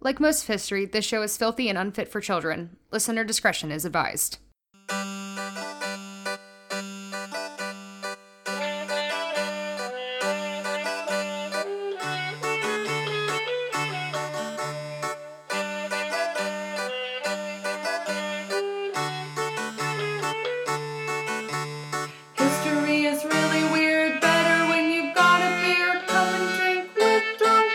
Like most of history, this show is filthy and unfit for children. Listener discretion is advised. History is really weird. Better when you've got a beer. Come and drink with drunk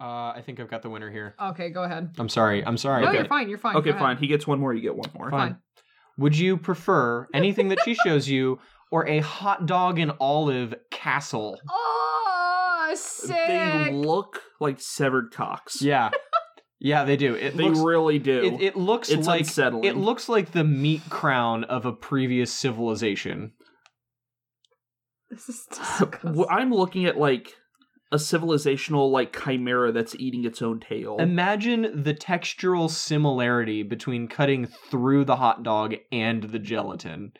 Uh, I think I've got the winner here. Okay, go ahead. I'm sorry. I'm sorry. No, but- you're fine. You're fine. Okay, go ahead. fine. He gets one more. You get one more. Fine. fine. Would you prefer anything that she shows you or a hot dog and olive castle? Oh, They sick. look like severed cocks. Yeah. Yeah, they do. It they looks really do. it, it looks It's like unsettling. it looks like the meat crown of a previous civilization. This is disgusting. Well, I'm looking at like a civilizational like chimera that's eating its own tail. Imagine the textural similarity between cutting through the hot dog and the gelatin.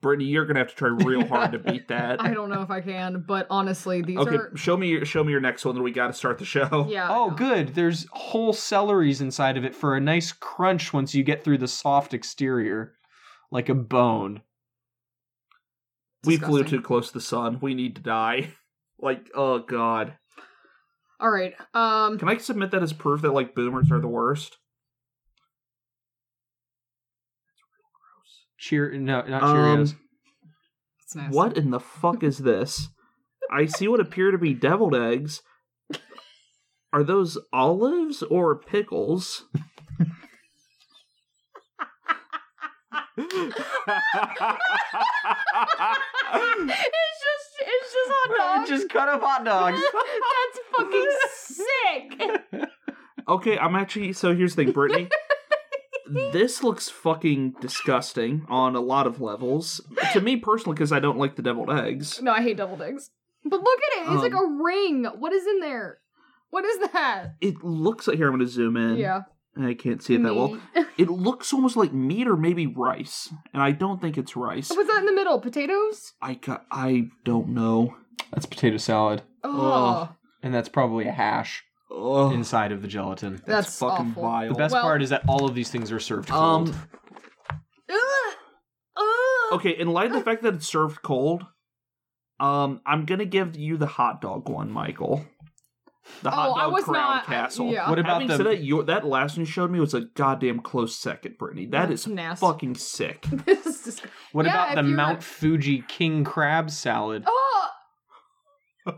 Brittany, you're gonna have to try real hard to beat that. I don't know if I can, but honestly, these Okay, are. show me your show me your next one. Then we got to start the show. Yeah. I Oh, know. good. There's whole celeries inside of it for a nice crunch once you get through the soft exterior, like a bone. we flew Disgusting. too close to the sun. We need to die. Like, oh god. All right. Um. Can I submit that as proof that like boomers are the worst? Cheer? No, not Um, Cheerios. That's nasty. What in the fuck is this? I see what appear to be deviled eggs. Are those olives or pickles? it's just, it's just hot dogs. Just cut up hot dogs. That's fucking sick. okay, I'm actually so here's the thing, Brittany. this looks fucking disgusting on a lot of levels. To me personally, because I don't like the deviled eggs. No, I hate double eggs. But look at it. It's like a Um, ring. What is in there? What is that? It looks like here I'm gonna zoom in. yeah. I can't see it that well. meat. It looks almost like meat or maybe rice, and I don't think it's rice. What's that in the middle? Potatoes? I ca- I don't know. That's potato salad, Oh, and that's probably a hash Ugh, inside of the gelatin. that's, fucking awful. vile. The best Well- part is that all of these things are served cold. Um. Ugh. Ugh. Okay. In light of the fact that it's served cold, um, I'm gonna give you the hot dog one, Michael. The hot Oh, dog I was crown not- castle. yeah. what about Having the said that, your, that last one you showed me was a goddamn close second, Brittany. That That's is nasty. fucking sick. This is disgusting. What Yeah, about if the you're- Mount Fuji king crab salad? Oh,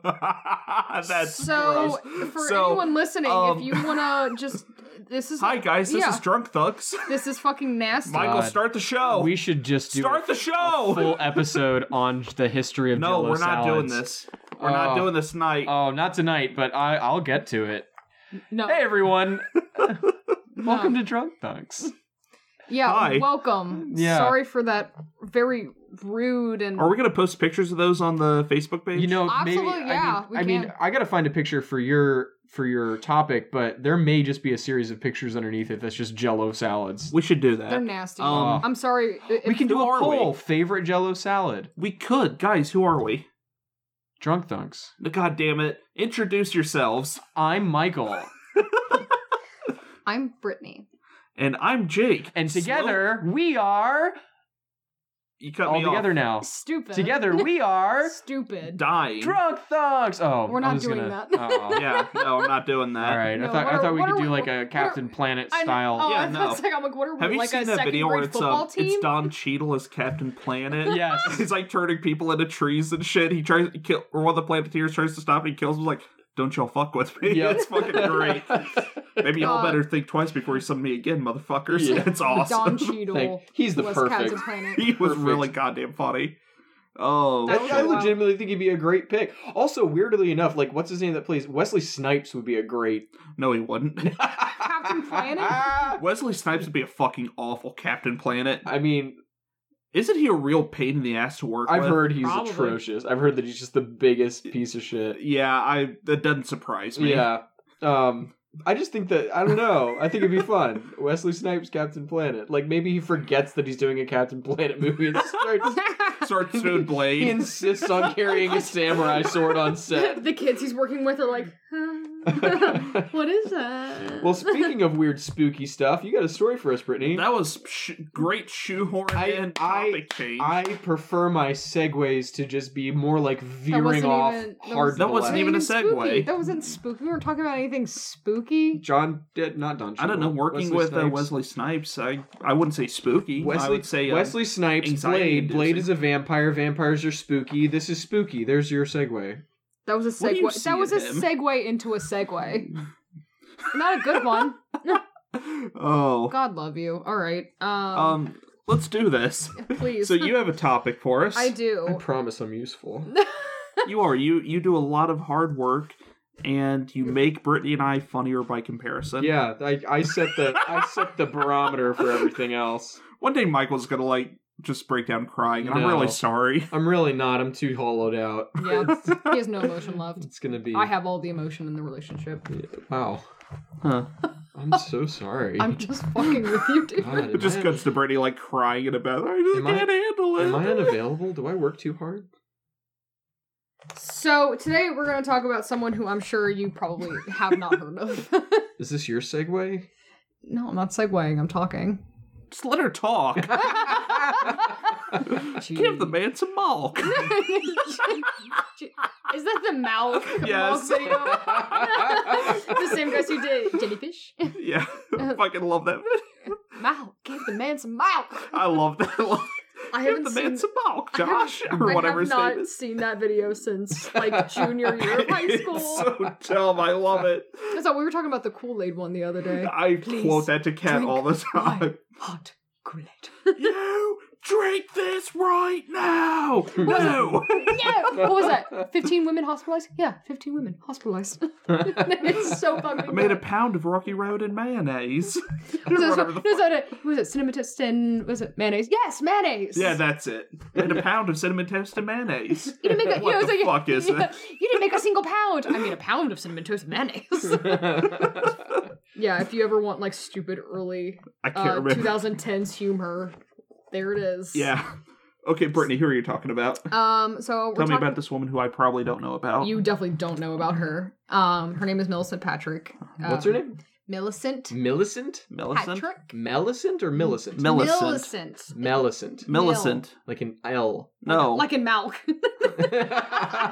That's so gross. for so, anyone listening, um, if you wanna just this is hi guys, this yeah, is Drunk Thugs. this is fucking nasty. Michael, God. start the show. We should just do Oh, start the a show. full episode on the history of No, Jell-O we're not doing salads. this. We're not Oh. doing this tonight. Oh, not tonight, but I, I'll get to it. no, Hey, everyone. Welcome No. to Drunk Thugs. yeah, hi. welcome. Yeah. sorry for that very rude and Are we gonna post pictures of those on the Facebook page? You know, Absolutely, maybe yeah, I mean, we I, mean can. I gotta find a picture for your for your topic, but there may just be a series of pictures underneath it that's just Jello salads. we should do that. they're nasty. Um, I'm sorry. If, We can do Who a are poll. we? Favorite Jello salad? we could, guys. Who are we? Drunk Thugs. God damn it! Introduce yourselves. I'm Michael, I'm Brittany. And I'm Jake. and Slow- together we are you cut all me together off. now. Stupid. Together we are Stupid. Dying. drunk thugs. Oh, We're not I was doing gonna- that. Oh. yeah. No, I'm not doing that. All right. No, I thought what I are- thought we what could are do we- like what a are- Captain Planet I know- style. Oh, Yeah, I no. was like, I'm like, what are we Have you like a seen that second video grade where it's football um, team? it's Don Cheadle as Captain Planet? Yes. He's like turning people into trees and shit. He tries to kill, or one of the Planeteers tries to stop. And he kills him. Like, don't y'all fuck with me. Yep. it's fucking great. Maybe y'all God. better think twice before you summon me again, motherfuckers. Yeah. That's awesome. Don Cheadle. Like, he's the was perfect. Captain Planet. he was Perfect. really goddamn funny. Oh, That shit. I was- Wow. legitimately think he'd be a great pick. Also, weirdly enough, like what's his name that plays Wesley Snipes would be a great no, he wouldn't. Captain Planet? Wesley Snipes would be a fucking awful Captain Planet. I mean, Isn't he a real pain in the ass to work I've with? heard he's Probably. atrocious. I've heard that he's just the biggest piece of shit. Yeah, I that doesn't surprise me. Yeah. Um I just think that I don't know. I think it'd be fun. Wesley Snipes Captain Planet. Like maybe he forgets that he's doing a Captain Planet movie and starts Sword stone He blade. insists on carrying a samurai sword on set. the kids he's working with are like, huh? what is that? Well, speaking of weird, spooky stuff, you got a story for us, Brittany. That was sh- great shoehorn I- in I- topic change. I prefer my segues to just be more like veering wasn't off even- that hard. was- that wasn't left. even a spooky. segue. That wasn't spooky. We weren't talking about anything spooky. John, did, not Don. I don't know. Cheadle, Working Wesley with uh, Snipes. Wesley Snipes, I I wouldn't say spooky. I Wesley, would say uh, Wesley Snipes. Blade. anxiety-inducing. Blade is a vampire. Vampires are spooky. This is spooky. There's your segue. That was a What do you segue. see That was a in him? segue into a segue. Not a good one. Oh, God love you. All right. Um, um, let's do this. please. So you have a topic for us. I I do. promise I'm useful. You are you you do a lot of hard work, and you make Brittany and I funnier by comparison. yeah, I, I set the I set the barometer for everything else. One day Michael's gonna like just break down crying, and I'm No. really sorry. I'm really not. I'm too hollowed out. Yeah. He has no emotion left. It's gonna be. I have all the emotion in the relationship. Wow. Huh. I'm so sorry. I'm just fucking with you, dude. God, am It just I- cuts to Brittany like crying in a bath. I just Am I- can't handle it. Am I unavailable? Do I work too hard? So today we're going to talk about someone who I'm sure you probably have not heard of. Is this your segue? no, I'm not segueing. I'm talking. just let her talk. Give the man some milk. Is that the mouth? Yes. Mouth video? the same guys who did jellyfish. yeah, Uh, fucking love that. video. Mouth. Give the man some mouth. I love that. I Give haven't the man seen. some milk, I haven't- Josh, or whatever I his have name not is. seen that video since like junior year of high school. It's so dumb. I love it. So we were talking about the Kool Aid one the other day. I Please quote that to Kat drink all the my time. Hot Kool Aid. you drink this right now. No. Yeah. What was that? Fifteen women hospitalized. Yeah, fifteen women hospitalized. it's so fucking. I made a good. pound of Rocky Road and mayonnaise. Was it, Whatever the was it, was it cinnamon toast and was it mayonnaise? Yes, mayonnaise. Yeah, that's it. And a pound of cinnamon toast and mayonnaise. you didn't make a, What yeah, it was the like, fuck is yeah, it? You didn't make a single pound. I mean, a pound of cinnamon toast and mayonnaise. yeah, if you ever want like stupid early I can't uh, remember. 2010s humor, there it is. Yeah. Okay, Brittany, who are you talking about? Um. So we're Tell me talking- about this woman who I probably don't know about. You definitely don't know about her. Um, her name is Millicent Patrick. Um, What's her name? Millicent Millicent? Millicent? Patrick. Millicent or Millicent? Mil- Millicent. Millicent. Millicent. Millicent. Like an L. No. Like in Malk.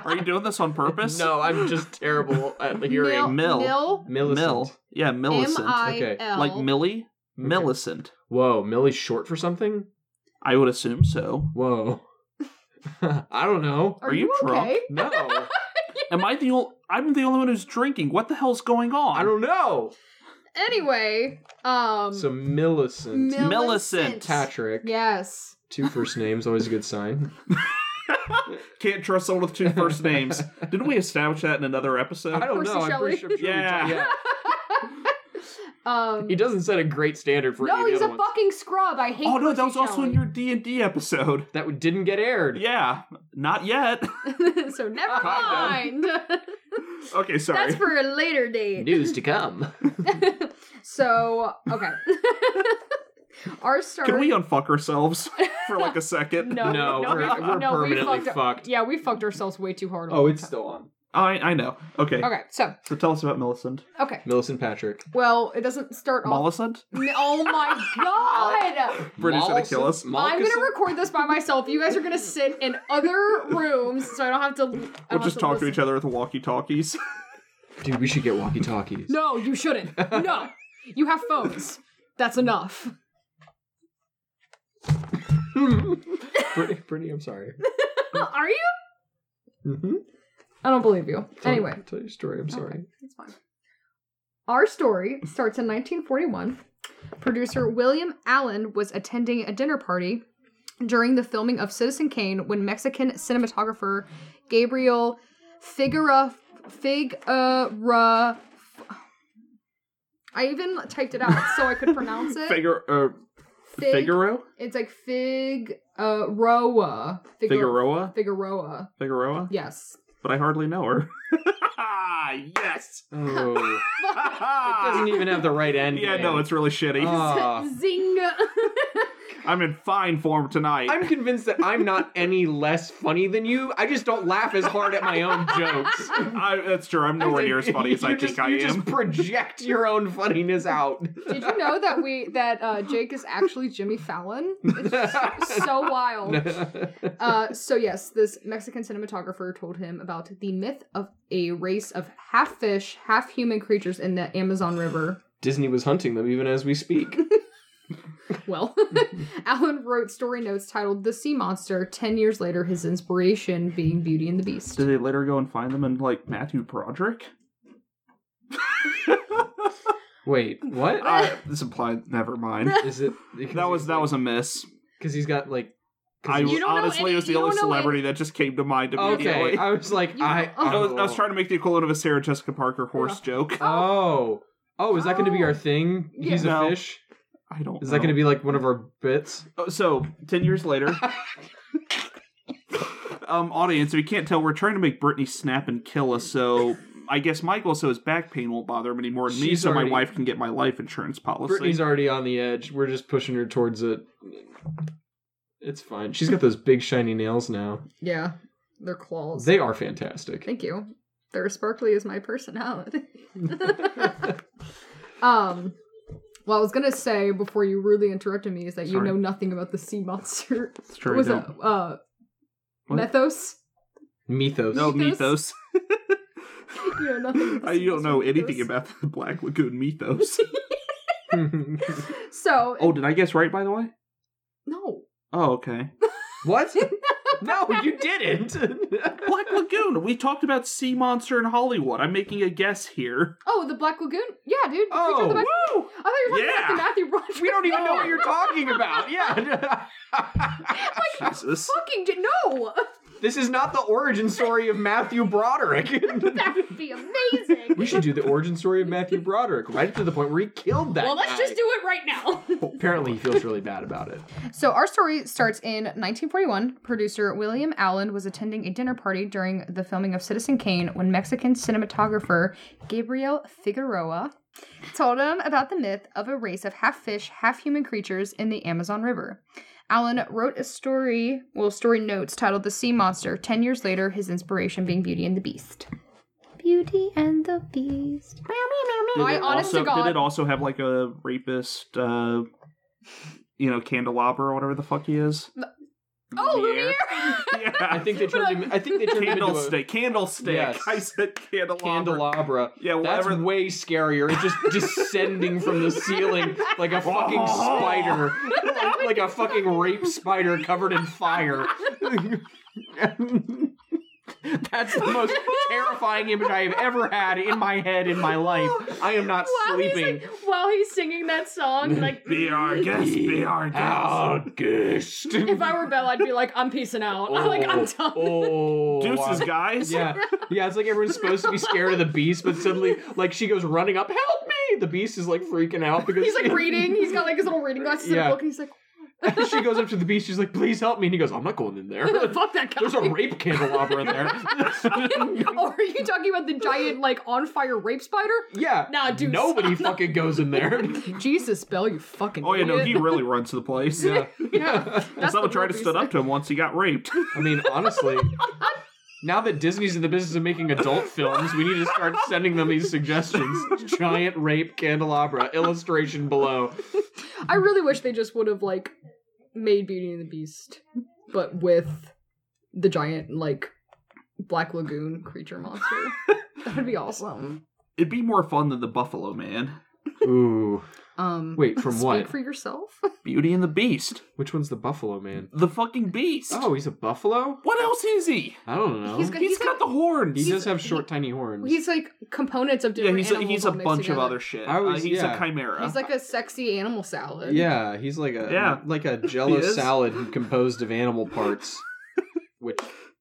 are you doing this on purpose? no, I'm just terrible at the hearing. Mil. Mil. Millicent. Mill. Yeah, M Millicent. I L. Like Millie? Okay. Millicent. Whoa, Millie's short for something? I would assume so. Whoa. I don't know. Are, Are you you drunk? okay? No. Am I the only? I'm the only one who's drinking. What the hell's going on? I don't know. Anyway, um, So Millicent. Millicent. Millicent Patrick. Yes. Two first names, always a good sign. Can't trust someone with two first names. Didn't we establish that in another episode? I don't Percy know. I'm Shelley. pretty sure. I'm sure we Yeah. talked- Um, He doesn't set a great standard for no, any he's a other ones. fucking scrub. I hate. oh no, Percy that was also in your D and D episode. That w- didn't get aired. Yeah, not yet. Shelley. so never Kind mind. okay, sorry. That's for a later date. News to come. So okay. Our story. Can we unfuck ourselves for like a second? No, No, no, we're- we- we're no, we permanently fucked, fucked. Yeah, we fucked ourselves way too hard. on oh, that it's time. still on. I I know. Okay. okay. So So tell us about Millicent. okay. Millicent Patrick. Well, it doesn't start off. Millicent. N- Oh my god! Brittany's gonna kill us. I'm gonna record this by myself. You guys are gonna sit in other rooms, so I don't have to. I don't We'll have just talk to listen. each other with walkie-talkies. Dude, we should get walkie-talkies. No, you shouldn't. No, you have phones. That's enough. Brittany, Brittany, I'm sorry. Are you? Mm-hmm. I don't believe you. Anyway, tell your story. I'm sorry. It's fine. Our story starts in 1941. Producer William Allen was attending a dinner party during the filming of Citizen Kane when Mexican cinematographer Gabriel Figuera Figuera. I even typed it out so I could pronounce it. Figure. Uh, Fig- Figaro. It's like Fig uh, Roa. Figur- Figueroa. Figueroa. Figueroa. Yes. But I hardly know her. yes. Oh, it doesn't even Uh. have the right end. Oh. Yeah, no, it's really shitty. Ah. Zing. I'm in fine form tonight. I'm convinced that I'm not any less funny than you. I just don't laugh as hard at my own jokes. I, that's true. I'm nowhere near as funny as I You think just- I you am. just project your own funniness out. Did you know that we that uh, Jake is actually Jimmy Fallon? It's so wild. Uh, so yes, this Mexican cinematographer told him about the myth of a race of half fish, half human creatures in the Amazon River. Disney was hunting them even as we speak. Well, Alan wrote story notes titled "The Sea Monster." Ten years later, his inspiration being Beauty and the Beast. Did they later go and find them in like Matthew Broderick? Wait, what? Uh, this implied. Never mind. Is it That was that was a miss. because he's got like. 'cause I he's- You don't know honestly any- it was the you only don't know celebrity that just came to mind immediately. okay, I was like, You- I, oh. I, was, I was trying to make the equivalent of a Sarah Jessica Parker horse joke. Oh, oh, is that going to be our thing? Yeah. He's a No. fish. I don't. Is that know. going to be like one of our bits? Oh, so ten years later? um, audience, if you can't tell, we're trying to make Brittany snap and kill us. So I guess Michael, so his back pain won't bother him anymore. And me, She's so already- my wife can get my life insurance policy. Brittany's already on the edge. We're just pushing her towards it. It's fine. She's got those big shiny nails now. yeah, their claws. They are fantastic. Thank you. They're as sparkly as my personality. um, well, I was gonna say before you rudely interrupted me is that Sorry. you know nothing about the sea monster. It's true, I was don't- it uh, What? mythos? Mythos. no Mythos? mythos. You know nothing. about the I sea you don't know monster anything mythos. about the Black Lagoon mythos. So oh, did I guess right? By the way. no, Oh, okay. what? no, you didn't. Black Lagoon. We talked about sea monster in Hollywood. I'm making a guess here. oh the Black Lagoon. Yeah, dude. we Oh, talked about- Woo! I thought you were talking Yeah. about the Matthew Broderick. we don't even know what you're talking about. Yeah. Jesus. fucking did- no. this is not the origin story of Matthew Broderick. that would be amazing. we should do the origin story of Matthew Broderick right to the point where he killed that. well, let's just do it right now. Apparently, he feels really bad about it. So our story starts in 1941. Producer William Allen was attending a dinner party during the filming of Citizen Kane when Mexican cinematographer Gabriel Figueroa told him about the myth of a race of half fish, half human creatures in the Amazon River. Allen wrote a story, well, story notes titled The Sea Monster, 10 years later, his inspiration being Beauty and the Beast. Beauty and the Beast. Did I it honest also, to God- Did it also have like a rapist, uh, you know, candelabra or whatever the fuck he is? Oh, Lumiere! Yeah. I think they turned him. I think they turned him into a candlestick. Candlestick. Yes. I said candelabra. candelabra. Yeah, that's whatever- way scarier. It's just descending from the ceiling like a fucking Oh. spider, like, like a fucking rape spider covered in fire. That's the most terrifying image I have ever had in my head in my life. I am not sleeping. while he's singing that song, like, Be our guest. Be our guest. August. if I were Belle, I'd be like, I'm peacing out. like, I'm done. Oh, Deuces, wow. guys. Yeah, yeah. It's like everyone's supposed to be scared of the beast, but suddenly, like, she goes running up, "Help me!" The beast is like freaking out because He's like reading. He's got like his little reading glasses and Yeah. a book, and he's like, she goes up to the beast. She's like, "Please help me!" And he goes, "I'm not going in there. "Fuck that guy." There's a rape candelabra in there." oh, are you talking about the giant like on fire rape spider? yeah. Nah, dude, Nobody fucking goes in there. Jesus, Belle, you fucking. Oh yeah, no, idiot. he really runs to the place. yeah. yeah. That's Someone the tried to real stood reason. up to him once he got raped. I mean, honestly. Now that Disney's in the business of making adult films, we need to start sending them these suggestions. Giant rape candelabra, illustration below. I really wish they just would have like made Beauty and the Beast, but with the giant like black lagoon creature monster. that would be awesome. It'd be more fun than the Buffalo Man. Ooh. Um, Wait, from speak what? for yourself. Beauty and the Beast. Which one's the buffalo man? The fucking Beast. Oh, he's a buffalo? What else is he? I don't know. He's got- he's got the horns. he does have short, tiny horns. He's like components of yeah, different. he's a, animals he's a all mixed bunch together. of other shit. I was- Uh, he's yeah. a chimera. He's like a sexy animal salad. Yeah, he's like a Yeah. like a jello He is. salad composed of animal parts which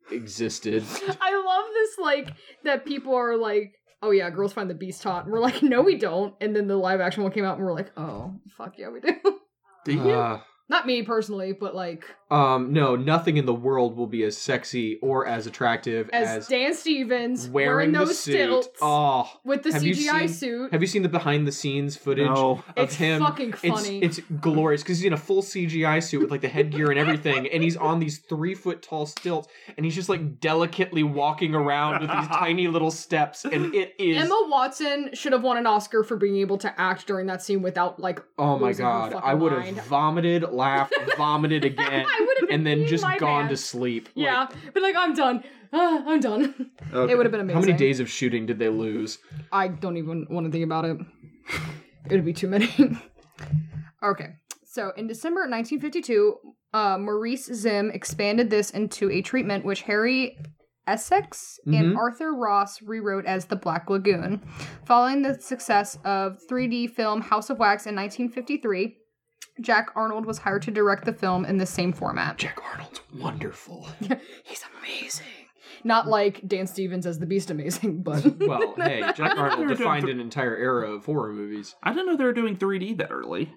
existed. I love this, like, that people are like, oh yeah, girls find the beast hot. And we're like, no, we don't. And then the live action one came out and we're like, oh, fuck yeah, we do. Do you? Uh, Not me personally, but like, Um, no, nothing in the world will be as sexy or as attractive as, as, Dan Stevens wearing, the those suit. stilts Oh, with the Have you CGI seen- suit. have you seen the behind the scenes footage No. of It's him? fucking funny. It's, it's glorious because he's in a full CGI suit with like the headgear and everything, and he's on these three foot tall stilts, and he's just like delicately walking around with these tiny little steps, and it is Emma Watson should have won an Oscar for being able to act during that scene without like oh my losing her god! fucking I would have mind. vomited, laughed, vomited again, I would have and then just my gone to pants. sleep. Like, yeah, but like I'm done. Ah, I'm done. Okay. It would have been amazing. how many days of shooting did they lose? I don't even want to think about it. It'd be too many. okay. So in December 1952, uh, Maurice Zim expanded this into a treatment which Harry Essex and Arthur Ross rewrote as The Black Lagoon. Following the success of 3D film House of Wax in 1953, Jack Arnold was hired to direct the film in the same format. Jack Arnold's wonderful. He's amazing. Not like Dan Stevens as the Beast amazing, but Well, hey, Jack Arnold they're doing defined th- an entire era of horror movies. I didn't know they were doing 3D that early.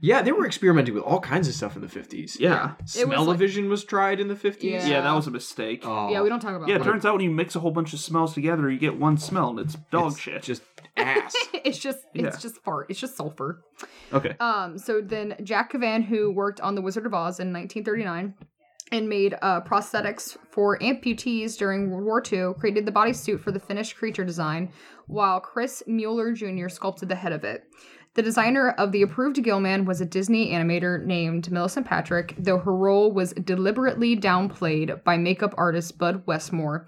Yeah, they were experimenting with all kinds of stuff in the 50s. Yeah. It was Smell-o-vision was, tried in the 50s. Yeah. Yeah, that was a mistake. Oh, yeah, we don't talk about yeah, it that. turns out when you mix a whole bunch of smells together, you get one smell, and it's dog it's shit. Just ass. it's just Yeah. it's just fart. It's just sulfur. okay. Um. So then Jack Cavan, who worked on The Wizard of Oz in 1939 and made uh, prosthetics for amputees during World War II, created the bodysuit for the finished creature design, while Chris Mueller Jr. sculpted the head of it. The designer of the approved Gilman was a Disney animator named Millicent Patrick, though her role was deliberately downplayed by makeup artist Bud Westmore,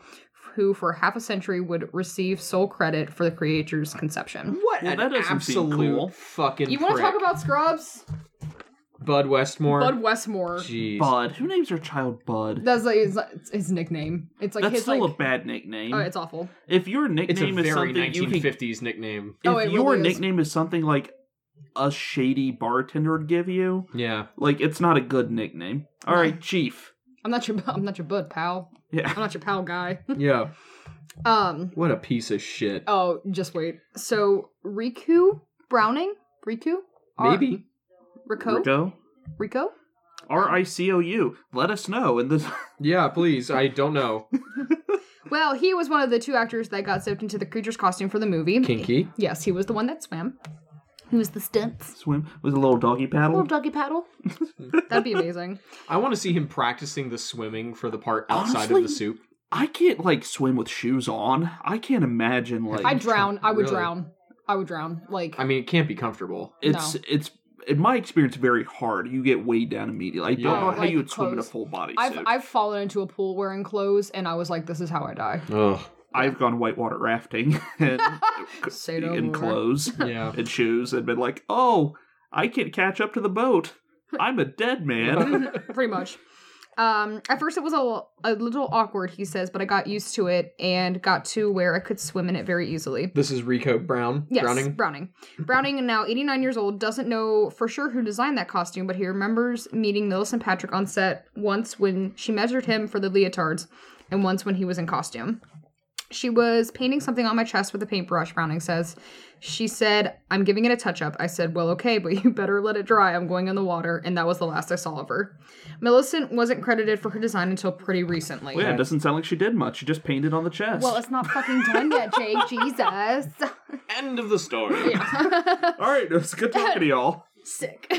who for half a century would receive sole credit for the creature's conception. What Well, an that doesn't seem absolute cool. fucking You want to prick. talk about Scrubs? Bud Westmore? Bud Westmore. Jeez. Bud. Who names their child Bud? That's like his, it's his nickname. It's like That's his still like. a bad nickname. oh, it's awful. if your It's a nickname is very something you can, if 1950s nickname. Oh, it your really is. nickname is something like a shady bartender would give you, Yeah. like it's not a good nickname. All right, Chief. I'm not your I'm not your bud pal. Yeah. I'm not your pal guy. Yeah. Um. What a piece of shit. Oh, just wait. So Riku Browning, Riku, R- Maybe. Rico, Rico. Rico. R I C O U. Let us know in this. Yeah, please. I don't know. Well, he was one of the two actors that got soaked into the creature's costume for the movie. Kinky. Yes, he was the one that swam. He was the stunts. swim with a little doggy paddle. Little doggy paddle. That'd be amazing. I want to see him practicing the swimming for the part outside Honestly, of the soup. I can't like swim with shoes on. I can't imagine like I'd drown. I would Really? drown. I would drown. Like I mean, it can't be comfortable. it's No. it's in my experience very hard. You get weighed down immediately. I don't Yeah. know how Like you would swim in a clothes. full body I've suit. I've, I've fallen into a pool wearing clothes, and I was like, "This is how I die." Ugh. gone whitewater rafting and Say no in more. clothes Yeah. and shoes and been like, oh, I can't catch up to the boat. I'm a dead man. pretty much. Um, at first, it was a, l- a little awkward, he says, but I got used to it and got to where I could swim in it very easily. This is Rico Brown. Yes, Browning. Browning. Browning, now 89 years old, doesn't know for sure who designed that costume, but he remembers meeting Millicent Patrick on set once when she measured him for the leotards and once when he was in costume. She was painting something on my chest with a paintbrush, Browning says. She said, I'm giving it a touch up. I said, Well, okay, but you better let it dry. I'm going in the water. And that was the last I saw of her. Millicent wasn't credited for her design until pretty recently. yeah, it doesn't sound like she did much. She just painted on the chest. Well, it's not fucking done yet, Jake. Jesus. End of the story. All right, it was good talking to y'all. sick.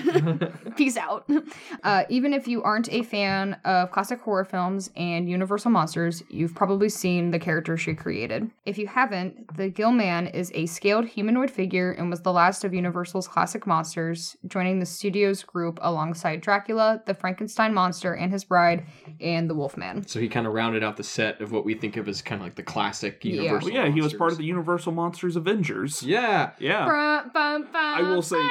Peace out. Uh, even if you aren't a fan of classic horror films and Universal monsters, you've probably seen the character she created. If you haven't, the Gill Man is a scaled humanoid figure and was the last of Universal's classic monsters, joining the studio's group alongside Dracula, the Frankenstein monster and his bride, and the Wolfman. So he kind of rounded out the set of what we think of as kind of like the classic Yeah. Universal. Well, yeah, he was part of monsters. the Universal Monsters Avengers. Yeah. Yeah. I will say-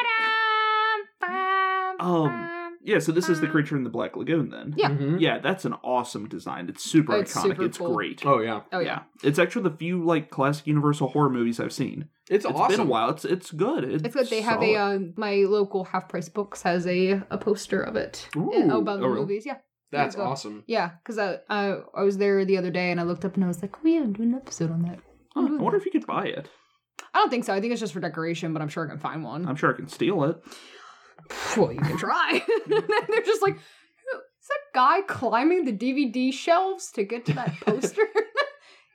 Um, yeah, so this is the creature in the Black Lagoon then. Uh, Yeah. Mhm. Yeah, that's an awesome design. It's super It's iconic. super it's cool. great. Oh yeah. Oh, yeah. It's actually the few like classic Universal horror movies I've seen. It's It's awesome. been a while. It's it's good. It's, It's good. They have solid. a um, my local half price books has a a poster of it. Ooh. in oh, about the Oh, really? movies, yeah, That's Yeah. awesome. yeah. Because I, I I was there the other day and I looked up and I was like, we didn't do an episode on that. Hmm. Huh, I wonder if you could buy it. I don't think so. I think it's just for decoration, but I'm sure I can find one. I'm sure I can steal it. well, you can try. They're just like, that guy climbing the DVD shelves to get to that poster?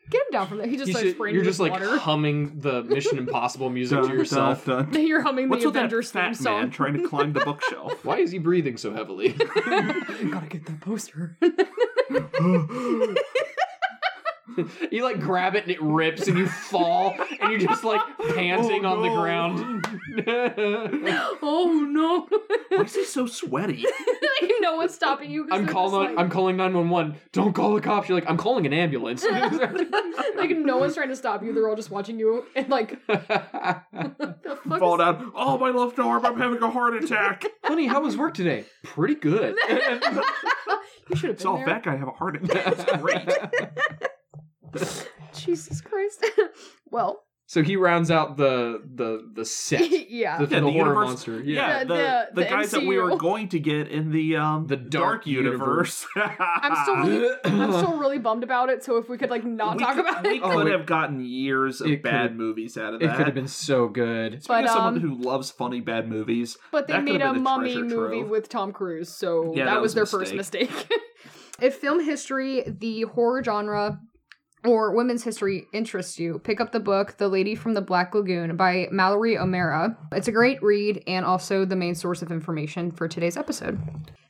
get him down from there. He just You starts should- spraying you're you just with like water. humming the Mission Impossible music Dun, to yourself. dun, dun. you're humming What's the with that Avengers theme fat song. man trying to climb the bookshelf? Why is he breathing so heavily? Gotta get that poster. you like grab it and it rips and you fall and you're just like panting on Oh, no. the ground. oh no! Why is he so sweaty? like no one's stopping you. 'cause I'm they're calling just I'm calling 911. Don't call the cops. You're like, I'm calling an ambulance. Like, like no one's trying to stop you. They're all just watching you and like the fuck. Fall is- down. Oh, my left arm. I'm having a heart attack. Honey, how was work today? Pretty good. You should have It's been all there. that guy have a heart attack. It's great. Jesus Christ. well, so he rounds out the the the set. yeah. The, Yeah, the the horror universe- monster. Yeah, The- the, the, the- the guys that we were MCU. going to get in the um The Dark universe. I'm still really, I'm still really bummed about it. So if we could like not Ah. we talk could, about we it, Oh, could it- have gotten years it of bad could've- movies out of It that. could have been so good. Speaking But, of someone um, who loves funny bad movies, but they that could've made a been a mummy treasure movie trove. with Tom Cruise, so Yeah, that, that was, their was a first mistake. if film history, the horror genre, or women's history interests you, pick up the book "The Lady from the Black Lagoon" by Mallory O'Mara. It's a great read and also the main source of information for today's episode.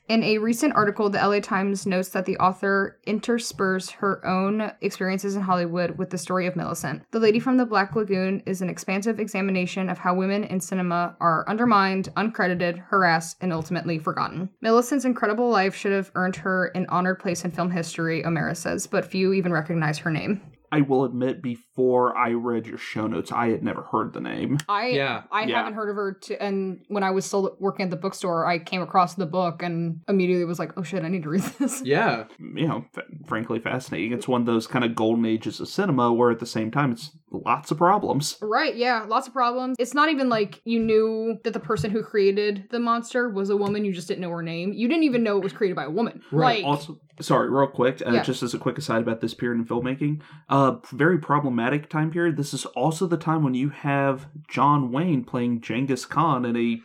In a recent article, the LA Times notes that the author interspersed her own experiences in Hollywood with the story of Millicent. The Lady from the Black Lagoon is an expansive examination of how women in cinema are undermined, uncredited, harassed, and ultimately forgotten. Millicent's incredible life should have earned her an honored place in film history, O'Mara says, but few even recognize her name. I will admit, before I read your show notes, I had never heard the name. I Yeah, I yeah. haven't heard of her. To, and when I was still working at the bookstore, I came across the book and immediately was like, "Oh shit, I need to read this." Yeah. You know, f- frankly, fascinating. It's one of those kind of golden ages of cinema where at the same time it's lots of problems. Right, yeah, lots of problems. It's not even like you knew that the person who created the monster was a woman, you just didn't know her name. You didn't even know it was created by a woman. Right, Like, Also, sorry, real quick, uh, Yeah. just as a quick aside about this period in filmmaking, uh, very problematic time period. This is also the time when you have John Wayne playing Genghis Khan in a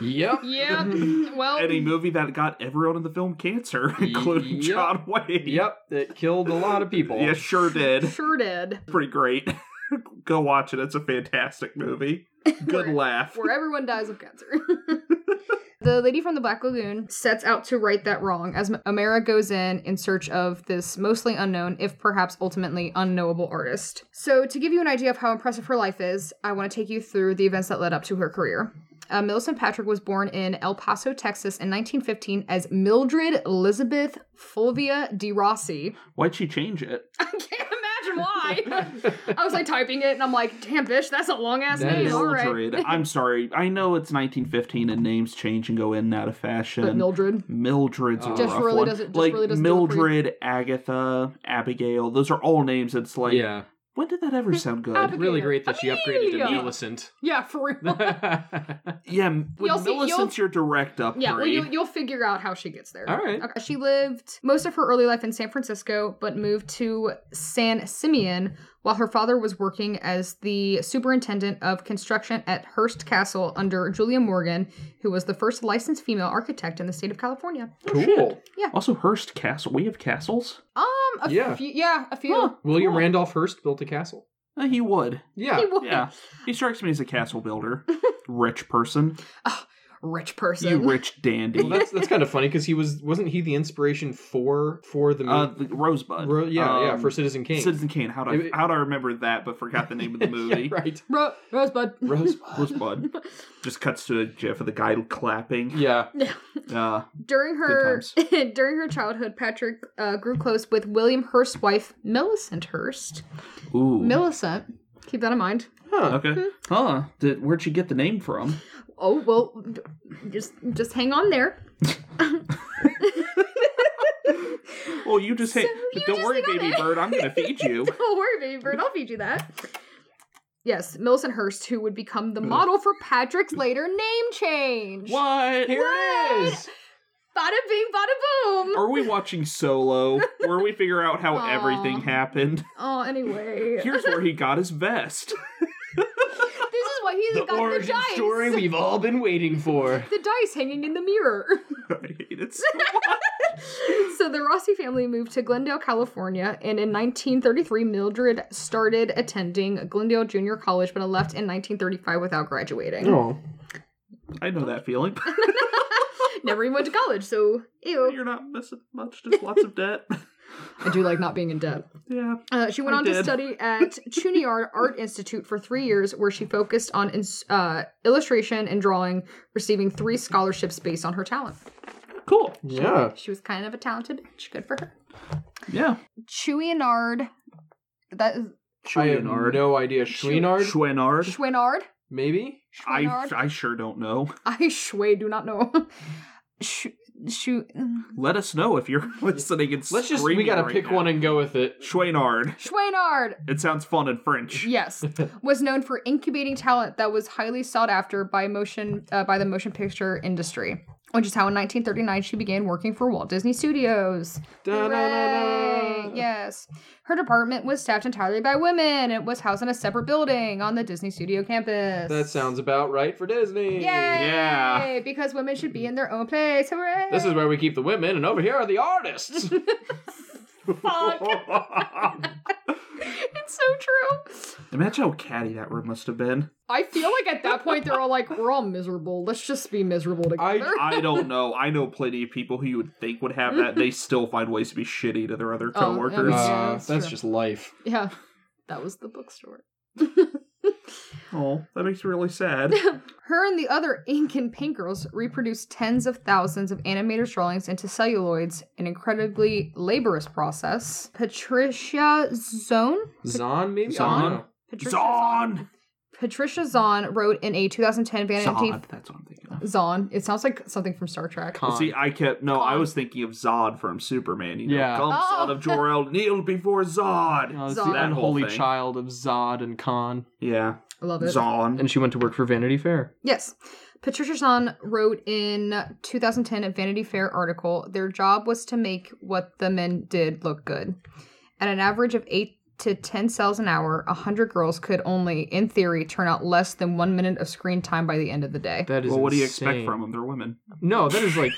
Yep. yeah, well, in a movie that got everyone in the film cancer, including Yep. John Wayne. Yep. It killed a lot of people. Yeah, sure did. sure did. Pretty great. Go watch it. It's a fantastic movie. Good laugh. where everyone dies of cancer. the lady from the Black Lagoon sets out to right that wrong as Amara goes in in search of this mostly unknown, if perhaps ultimately unknowable artist. So, to give you an idea of how impressive her life is, I want to take you through the events that led up to her career. Uh, Millicent Patrick was born in El Paso, Texas in 1915 as Mildred Elizabeth Fulvia de Rossi. Why'd she change it? I can't imagine why. I was like typing it and I'm like, damn, bitch, that's a long ass That name. is All right. Mildred. I'm sorry. I know it's 1915 and names change and go in and out of fashion. But Mildred. Mildred's a Just rough really one. doesn't- just like really doesn't do it for you. Mildred, Agatha, Abigail. Those are all names. It's like, Yeah. when did that ever sound good? Abigail. Really great that she upgraded to Amelia. Millicent. Yeah, for real. All yeah, with You'll see- you'll- Millicent's your direct upgrade. Yeah, well, you, you'll figure out how she gets there. right. Okay. She lived most of her early life in San Francisco, but moved to San Simeon while her father was working as the superintendent of construction at Hearst Castle under Julia Morgan, who was the first licensed female architect in the state of California. Cool. also, Hearst Castle. We have castles. Um, a Yeah. few, yeah, a few. Huh. William Randolph Hearst built a castle. Uh, he would. Yeah. He was Yeah. He strikes me as a castle builder. Rich person. a rich person. You rich dandy. Well, that's that's kind of funny because he was wasn't he the inspiration for for the uh, movie? the Rosebud. Ro- yeah, yeah, Um, for Citizen Kane. Citizen Kane. How do It- I, how do I remember that but forgot the name of the movie? right. Ro- Rosebud. Rosebud. Rosebud. Just cuts to a gif of the guy clapping. yeah. Uh, During her during her childhood, Patrick uh, grew close with William Hearst's wife, Millicent Hearst. ooh. Millicent. Keep that in mind. Huh. okay. Huh. Did, where'd you get the name from? Oh well, just just hang on there. Well, you just hate. you don't just worry, got baby it. bird. I'm gonna feed you. Don't worry, baby bird. I'll feed you that. Yes, Millicent Hurst, who would become the model for Patrick's later name change. what? Here it is. Bada bing, bada boom. Are we watching Solo? Where we figure out how Aw. everything happened. Oh, anyway, Here's where he got his vest. this is why he's got the dice. we've all been waiting for. The dice hanging in the mirror. I hate it so much. So the Rossi family moved to Glendale, California, and in 1933, Mildred started attending Glendale Junior College, but left in 1935 without graduating. Oh. I know that feeling. Never even went to college, so ew. You're not missing much, just lots of debt. I do like not being in debt. yeah. Uh, she went I on to did. study at Chuniard Art Institute for three years, where she focused on ins- uh, illustration and drawing, receiving three scholarships based on her talent. Cool. Yeah. She was kind of a talented bitch. Good for her. Yeah. Chouinard. That is I have no idea. Schweenard? Schwenard. Chouinard. Maybe? I, Chouinard. I sure don't know. I shui do not know. Sh- shu- Let us know if you're listening and Let's just, we gotta pick one and go with it. Schwenard. Chouinard. It sounds fun in French. Yes, was known for incubating talent that was highly sought after by motion uh, by the motion picture industry, which is how in 1939 she began working for Walt Disney Studios. Hooray! Da-da-da-da. Yes, her department was staffed entirely by women. It was housed in a separate building on the Disney Studio campus. That sounds about right for Disney. Yay! Yeah. Because women should be in their own place. Hooray! This is where we keep the women, and over here are the artists. Uh, it's so true. Imagine how catty that room must have been. I feel like at that point they're all like, we're all miserable. Let's just be miserable together. I- I don't know. I know plenty of people who you would think would have that. They still find ways to be shitty to their other Oh, yeah. coworkers. Uh, Oh, that's that's true. just life. yeah, that was the bookstore. Uh, oh, that makes me really sad. Her and the other ink and paint girls reproduced tens of thousands of animators' drawings into celluloids, an incredibly laborious process. Patricia Zone? Zahn, maybe? I Zahn? don't know. Patricia Zon! Patricia Zahn wrote in a 2010 Vanity Zod, that's what I'm thinking of. Zahn. It sounds like something from Star Trek. Con. See, I kept no. I was thinking of Zod from Superman. You know, Yeah. come Oh. son of Jor El, kneel before Zod. Oh, it's Zahn. the That whole unholy thing. child of Zod and Khan. Yeah, I love it. Zod. And she went to work for Vanity Fair. Yes. Patricia Zahn wrote in 2010 a Vanity Fair article, their job was to make what the men did look good. At an average of 8 to 10 cells an hour, 100 girls could only, in theory, turn out less than one minute of screen time by the end of the day. That is Well, what do you expect insane. from them? They're women. No, that is like.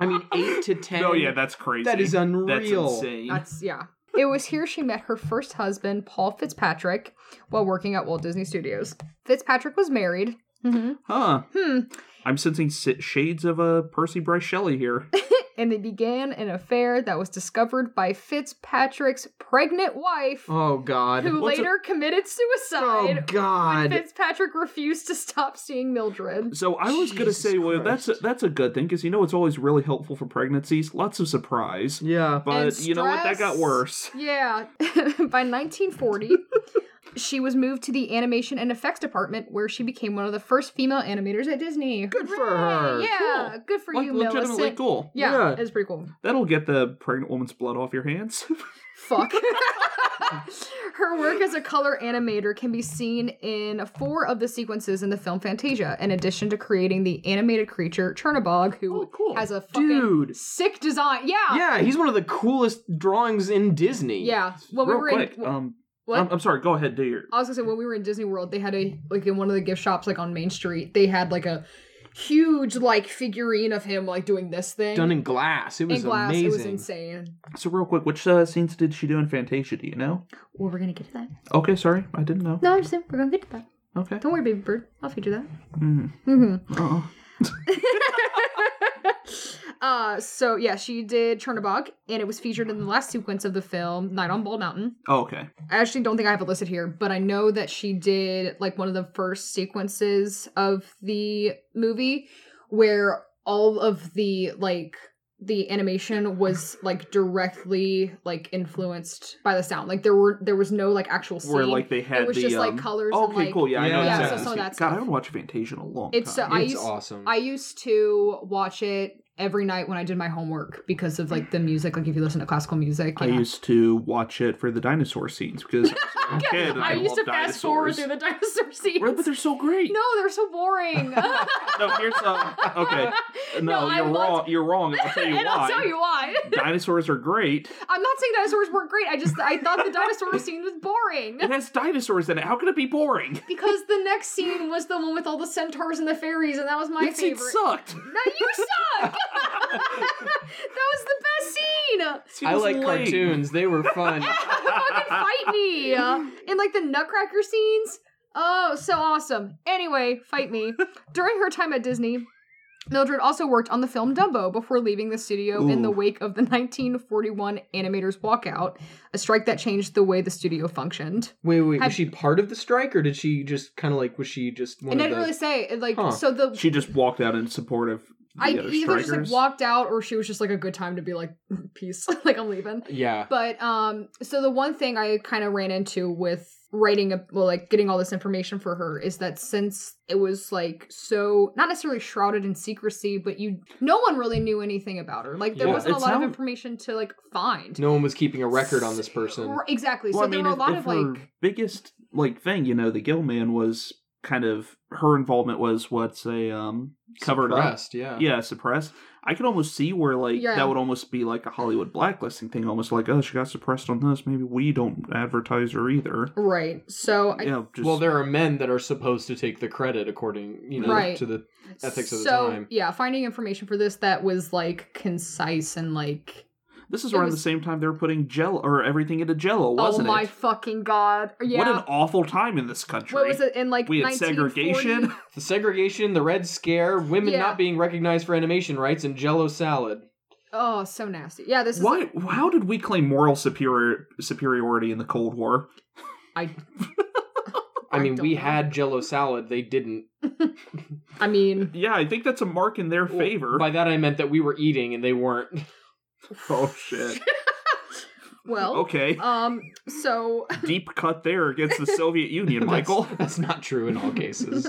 I mean, eight to ten. oh yeah, that's crazy. that is unreal. That's insane. That's, yeah. It was here she met her first husband, Paul Fitzpatrick, while working at Walt Disney Studios. Fitzpatrick was married. huh? Hmm. I'm sensing si- shades of a Percy Bryce Shelley here. And they began an affair that was discovered by Fitzpatrick's pregnant wife. Oh God. who What's a- later committed oh suicide when God. Fitzpatrick refused to stop seeing Mildred. So I was gonna Jesus say, well, that's a, Christ. that's a good thing because you know it's always really helpful for pregnancies. Lots of surprise, Yeah. but And you know what? That got stress. worse. Yeah. By 1940, she was moved to the animation and effects department where she became one of the first female animators at Disney. Good for her. Yeah, good for Like you, legitimately Millicent. cool. Yeah, Yeah. it's pretty cool. That'll get the pregnant woman's blood off your hands. Fuck. Her work as a color animator can be seen in four of the sequences in the film Fantasia, in addition to creating the animated creature Chernabog, who Oh, cool. has a fucking Dude. sick design. Yeah. Yeah, he's one of the coolest drawings in Disney. Yeah. When we Real were quick, in wh- um, what? I'm, I'm sorry. Go ahead, do your. I was gonna say when we were in Disney World, they had a like in one of the gift shops like on Main Street, they had like a huge like figurine of him like doing this thing Done in glass. It in was glass. amazing. It was insane. So real quick, which uh, scenes did she do in Fantasia? Do you know? Well, we're gonna get to that. Okay, sorry, I didn't know. No, I'm just saying we're gonna get to that. Okay. Don't worry, baby bird. I'll feature that. Mm-hmm. Uh-uh. Uh, so yeah, she did Chernabog, and it was featured in the last sequence of the film Night on Bald Mountain. Oh, okay. I actually don't think I have it listed here, but I know that she did like one of the first sequences of the movie where all of the like the animation was like directly like influenced by the sound. Like there were there was no like actual scene. Where like they had it was the just like um, colors. Okay, and, like, cool. Yeah, I know Yeah, exactly. so some of the that scene. stuff. God, I haven't watched Fantasia in a long It's, time. uh, I it's used- awesome. I used to watch it every night when I did my homework because of like the music. Like if you listen to classical music, I yeah. used to watch it for the dinosaur scenes because I was a kid and I used to loved fast dinosaurs. forward through the dinosaur scenes. Right, but they're so great. No, they're so boring. no here's um. Okay, no, No, I you're loved- wrong. You're wrong. and I'll tell you and why. I'll tell you why. Dinosaurs are great. I'm not saying dinosaurs weren't great. I just I thought the dinosaur scene was boring It has dinosaurs in it. How can it be boring? because the next scene was the one with all the centaurs and the fairies, and that was my That scene favorite. sucked. No, you suck. that was the best scene. She I was like late. cartoons. They were fun. fucking fight me uh, in like the nutcracker scenes oh so awesome anyway fight me during her time at disney mildred also worked on the film dumbo before leaving the studio in the Ooh. wake of the 1941 animators walkout a strike that changed the way the studio functioned Wait, wait, Have- was she part of the strike or did she just kind of like, was she just one and i of the. didn't really say it, like Huh. so the She just walked out in support of the i other either strikers. just like walked out or she was just like a good time to be like peace like i'm leaving yeah. But um, so the one thing I kind of ran into with writing, a, well, like getting all this information for her is that since it was like so not necessarily shrouded in secrecy, but you, no one really knew anything about her. Like there Yeah. wasn't a It lot sound- of information to like find. No one was keeping a record on this person. Or- Exactly. Well, so I mean, there were if- a lot if of her like. biggest like thing, you know, the Gill Man was kind of her involvement was what's a um covered up. Suppressed, Yeah. Yeah, suppressed. I could almost see where like Yeah. that would almost be like a Hollywood blacklisting thing, almost like oh she got suppressed on this, maybe we don't advertise her either. Right. So I, yeah, just Well, there are men that are supposed to take the credit according, you know, Right. to the. Ethics of the so, time. Yeah, finding information for this that was like concise and like this is it around was- the same time they were putting Jello or everything into Jello, wasn't oh my it? fucking god. Yeah. What an awful time in this country. What was it in like We had 1940? segregation. The segregation, the Red Scare, women Yeah. not being recognized for animation rights, and Jello salad. Oh, so nasty. Yeah, this is Why? How did we claim moral superior superiority in the Cold War? I I I mean, don't we know. had Jello salad; they didn't. I mean, Yeah, I think that's a mark in their favor. By that, I meant that we were eating and they weren't. oh shit. well, Okay. um, so Deep cut there against the Soviet Union, Michael. That's, that's not true in all cases.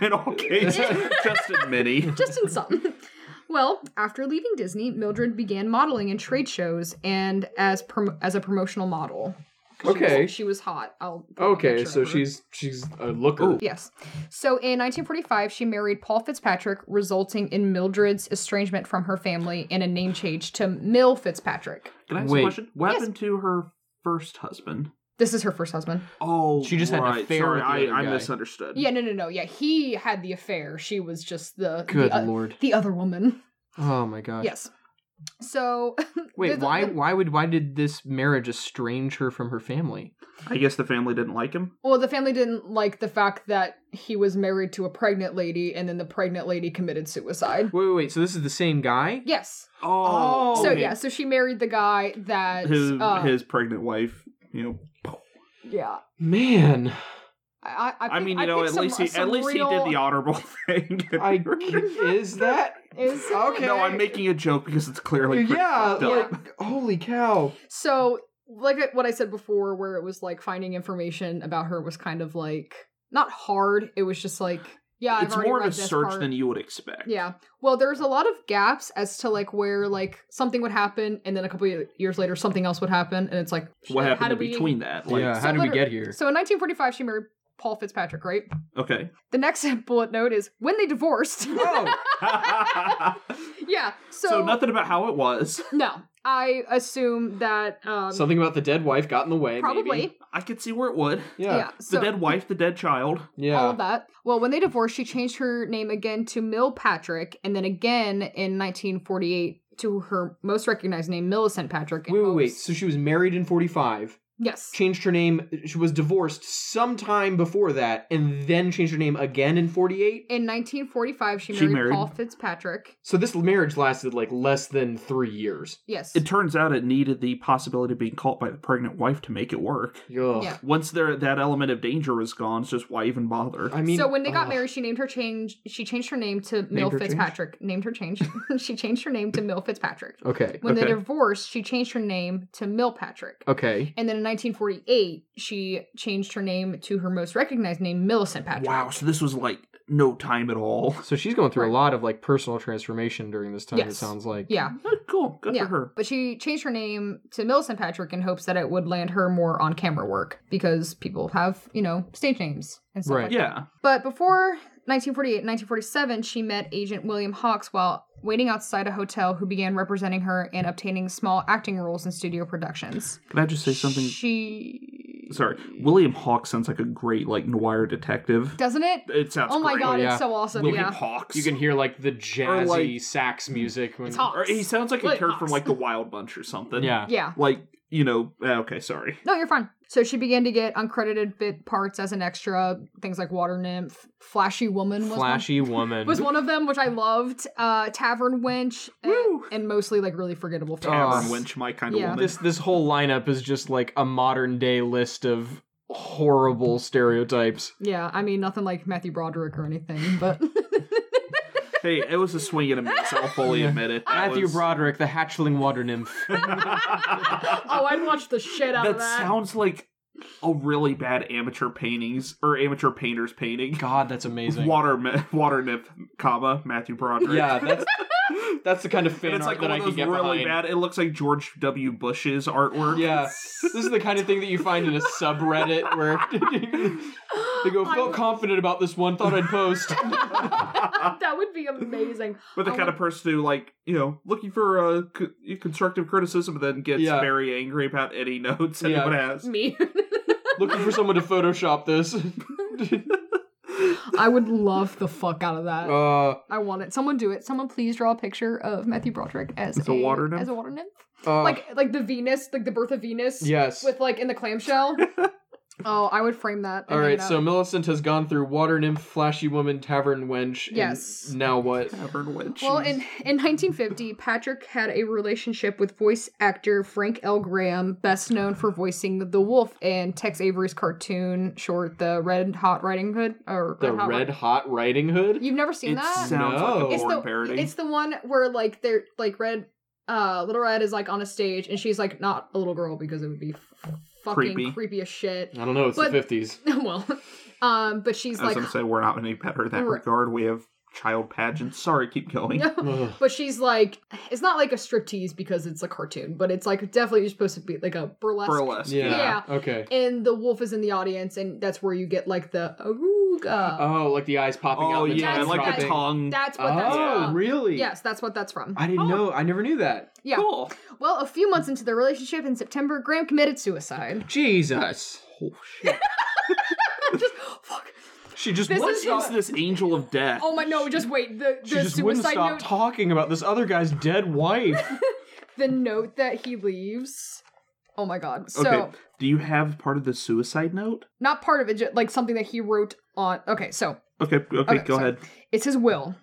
in all cases, just in many. just in sum. Well, after leaving Disney, Mildred began modeling in trade shows and as prom- as a promotional model. She was- Okay. she was hot. I'll put a okay, picture so of her. she's she's a looker. Ooh. yes. So in 1945, she married Paul Fitzpatrick, resulting in Mildred's estrangement from her family and a name change to Mill Fitzpatrick. Can I ask Wait. a question? What happened to her first husband? This is her first husband. Oh, She just had an right. affair Sorry, with the I, other I guy. misunderstood. Yeah, no, no, no. Yeah, he had the affair. She was just the Good the, o- lord. the other woman. Oh my gosh. Yes. So Wait, the- the- why the- why would why did this marriage estrange her from her family? I guess the family didn't like him. well, the family didn't like the fact that he was married to a pregnant lady, and then the pregnant lady committed suicide. Wait, wait, wait. So this is the same guy? Yes. Oh, So okay. yeah, so she married the guy that his uh, his pregnant wife. You know, yeah. Man, I I, I, I pick- mean, I you know, pick at some- least he some at least he real- did the honorable thing. I is that is okay? No, I'm making a joke because it's clearly pretty yeah, fucked up. like holy cow. so like I- what I said before, where it was like finding information about her was kind of like not hard. It was just like yeah, I've it's already more of read a this search part. than you would expect. Yeah. Well, there's a lot of gaps as to like where like something would happen, and then a couple of years later something else would happen, and it's like What shit, happened how in do we- between that? Like, yeah, so how did we liter- get here? So in 1945, she married Paul Fitzpatrick, right? Okay. The next bullet note is when they divorced. Oh, yeah. So, so, nothing about how it was. No, I assume that um, something about the dead wife got in the way. probably Maybe. I could see where it would. yeah. Yeah. Yeah. so the dead wife, the dead child. all of that. Well, when they divorced, she changed her name again to Mill Patrick, and then again in 1948 to her most recognized name, Millicent Patrick. in Wait, wait, wait. hopes- So she was married in 45, Yes. changed her name, she was divorced sometime before that, and then changed her name again in 48. In 1945, she, She married, married- Paul Fitzpatrick. So this marriage lasted like less than three years. Yes. It turns out it needed the possibility of being caught by the pregnant wife to make it work. Ugh. Yeah. Once there that element of danger was gone, it's just why even bother? I mean, uh, so when they got ugh. married, she named her change. She changed her name to Mill her change? Fitzpatrick. Named her change. she changed her name to Mill Fitzpatrick. Okay. When they Okay. divorced, she changed her name to Mill Patrick. Okay. And then in 1948, she changed her name to her most recognized name, Millicent Patrick. Wow, so this was like no time at all. So she's going through Right. a lot of like personal transformation during this time, it Yes. sounds like. Yeah. cool. Good yeah. for her. But she changed her name to Millicent Patrick in hopes that it would land her more on camera work because people have, you know, stage names and stuff Right. like that. Yeah. But before 1948 1947, she met agent William Hawks while waiting outside a hotel who began representing her and obtaining small acting roles in studio productions. Can I just say something? She Sorry, William Hawk sounds like a great like noir detective. Doesn't it? It sounds. oh my great. god, yeah. it's so awesome. William yeah. Hawks. You can hear like mm. the jazzy like- sax music when It's hot. Or he sounds like a William character from Hawks. like the Wild Bunch or something. yeah. Yeah. Like you know. eh, Okay, sorry. No, you're fine. So she began to get uncredited bit parts as an extra, things like Water Nymph, Flashy Woman was one- Flashy woman. was one of them, which I loved. Uh, Tavern Wench, and, and mostly like really forgettable films. Tavern wench, my kind Yeah. of woman. this this whole lineup is just like a modern day list of horrible stereotypes. Yeah, I mean nothing like Matthew Broderick or anything, but hey, it was a swing and a miss. I'll fully admit it. That Matthew was- Broderick, the hatchling water nymph. oh, I'd watch the shit out That of that. sounds like a really bad amateur paintings or amateur painters painting. God, that's amazing. Water, ma- water nip, comma Matthew Broderick. Yeah, that's that's the kind of fan and it's art like that one I of can those get really behind. bad. It looks like George W. Bush's artwork. Yeah, this is the kind of thing that you find in a subreddit where they go felt confident about this one, thought I'd post. that would be amazing. But the I kind of person who, like, you know, looking for uh, co- constructive criticism, and then gets Yeah. very angry about any notes Yeah. anyone has. me. Looking for someone to Photoshop this. I would love the fuck out of that. Uh, I want it. Someone do it. Someone please draw a picture of Matthew Broderick as As a water nymph? As a water nymph. uh, like like the Venus, like the birth of Venus. yes. With like in the clamshell. oh, I would frame that. and All hang it right, up. so Millicent has gone through water nymph, flashy woman, tavern wench. Yes. And now what? Tavern witch. Well, in, in 1950, Patrick had a relationship with voice actor Frank L. Graham, best known for voicing the wolf in Tex Avery's cartoon short, The Red Hot Riding Hood. Or The Hot Red Ri- Hot Riding Hood. You've never seen it that? sounds No. like a it's porn the parody. it's the one where like they're like Red, uh, Little Red is like on a stage and she's like not a little girl because it would be f- fucking Creepy. creepy, as shit. I don't know. It's But- the fifties. well, um, but she's I was like going to say, we're not any better in that Right. regard. We have child pageants. Sorry, keep going. But she's like, it's not like a striptease because it's a cartoon, but it's like definitely supposed to be like a burlesque. Burlesque. Yeah. Yeah. Okay. And the wolf is in the audience, and that's where you get like the aruga. Oh, like the eyes popping Oh, out. and the yeah, tongue and That's- like the that's- dropping. tongue. that's what that's Oh, from. really? Yes, that's what that's from. I didn't know. I never knew that. yeah. Cool. Well, a few months into their relationship in September, Graham committed suicide. Jesus. Oh, shit. just fuck. She just This What is is this angel of death? Oh my no! Just wait. The, she the just wouldn't suicide stop note. talking about this other guy's dead wife. the note that he leaves. Oh my god. So okay. Do you have part of the suicide note? not part of it. Just, like something that he wrote on. Okay. So Okay, okay, Okay, go so- ahead. It's his will.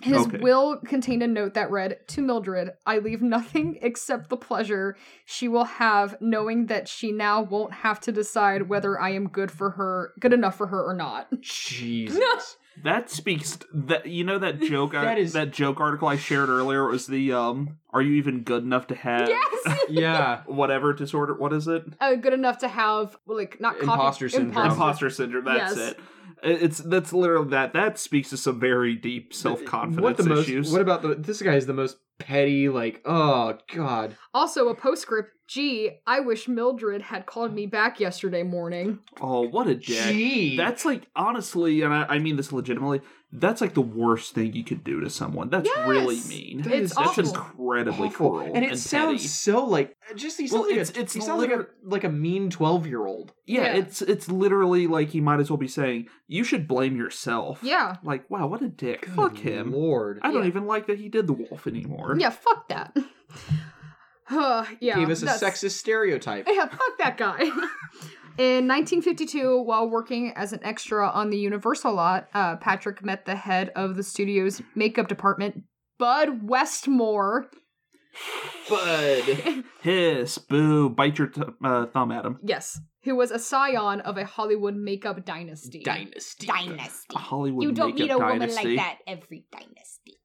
His Okay. will contained a note that read To Mildred, I leave nothing except the pleasure she will have knowing that she now won't have to decide whether I am good for her, good enough for her or not. Jesus. That speaks t- that you know that joke I- That that, is- joke article I shared earlier was the um are you even good enough to have yes! yeah. whatever disorder what is it? uh, good enough to have, well, like, not copy, Imposter syndrome. Imposter syndrome, that's Yes. it. It- It's that's literally that that speaks to some very deep self-confidence What the most? issues. What about the? This guy is the most petty. Like, oh god. Also, a postscript Gee, I wish Mildred had called me back yesterday morning. oh, what a dick. Gee. That's like honestly, and I, I mean this legitimately. That's like the worst thing you could do to someone. That's Yes! really mean. That It's is that's awful. incredibly awful. cruel, and it sounds petty. so like just he sounds Well, like it's- a, it's he sounds like a liter- like a mean twelve year old. Yeah, Yeah. it's it's literally like he might as well be saying you should blame yourself. Yeah. Like, wow, what a dick. Fuck him. Lord. I don't Yeah. even like that he did the wolf anymore. Yeah, fuck that. Huh, yeah. Gave us a that's- sexist stereotype. Yeah, fuck that guy. In 1952, while working as an extra on the Universal lot, uh, Patrick met the head of the studio's makeup department, Bud Westmore. Bud. Hiss, boo, bite your t- uh, thumb at him. Yes, who was a scion of a Hollywood makeup dynasty. Dynasty. A Hollywood You don't makeup meet a dynasty. woman like that every dynasty.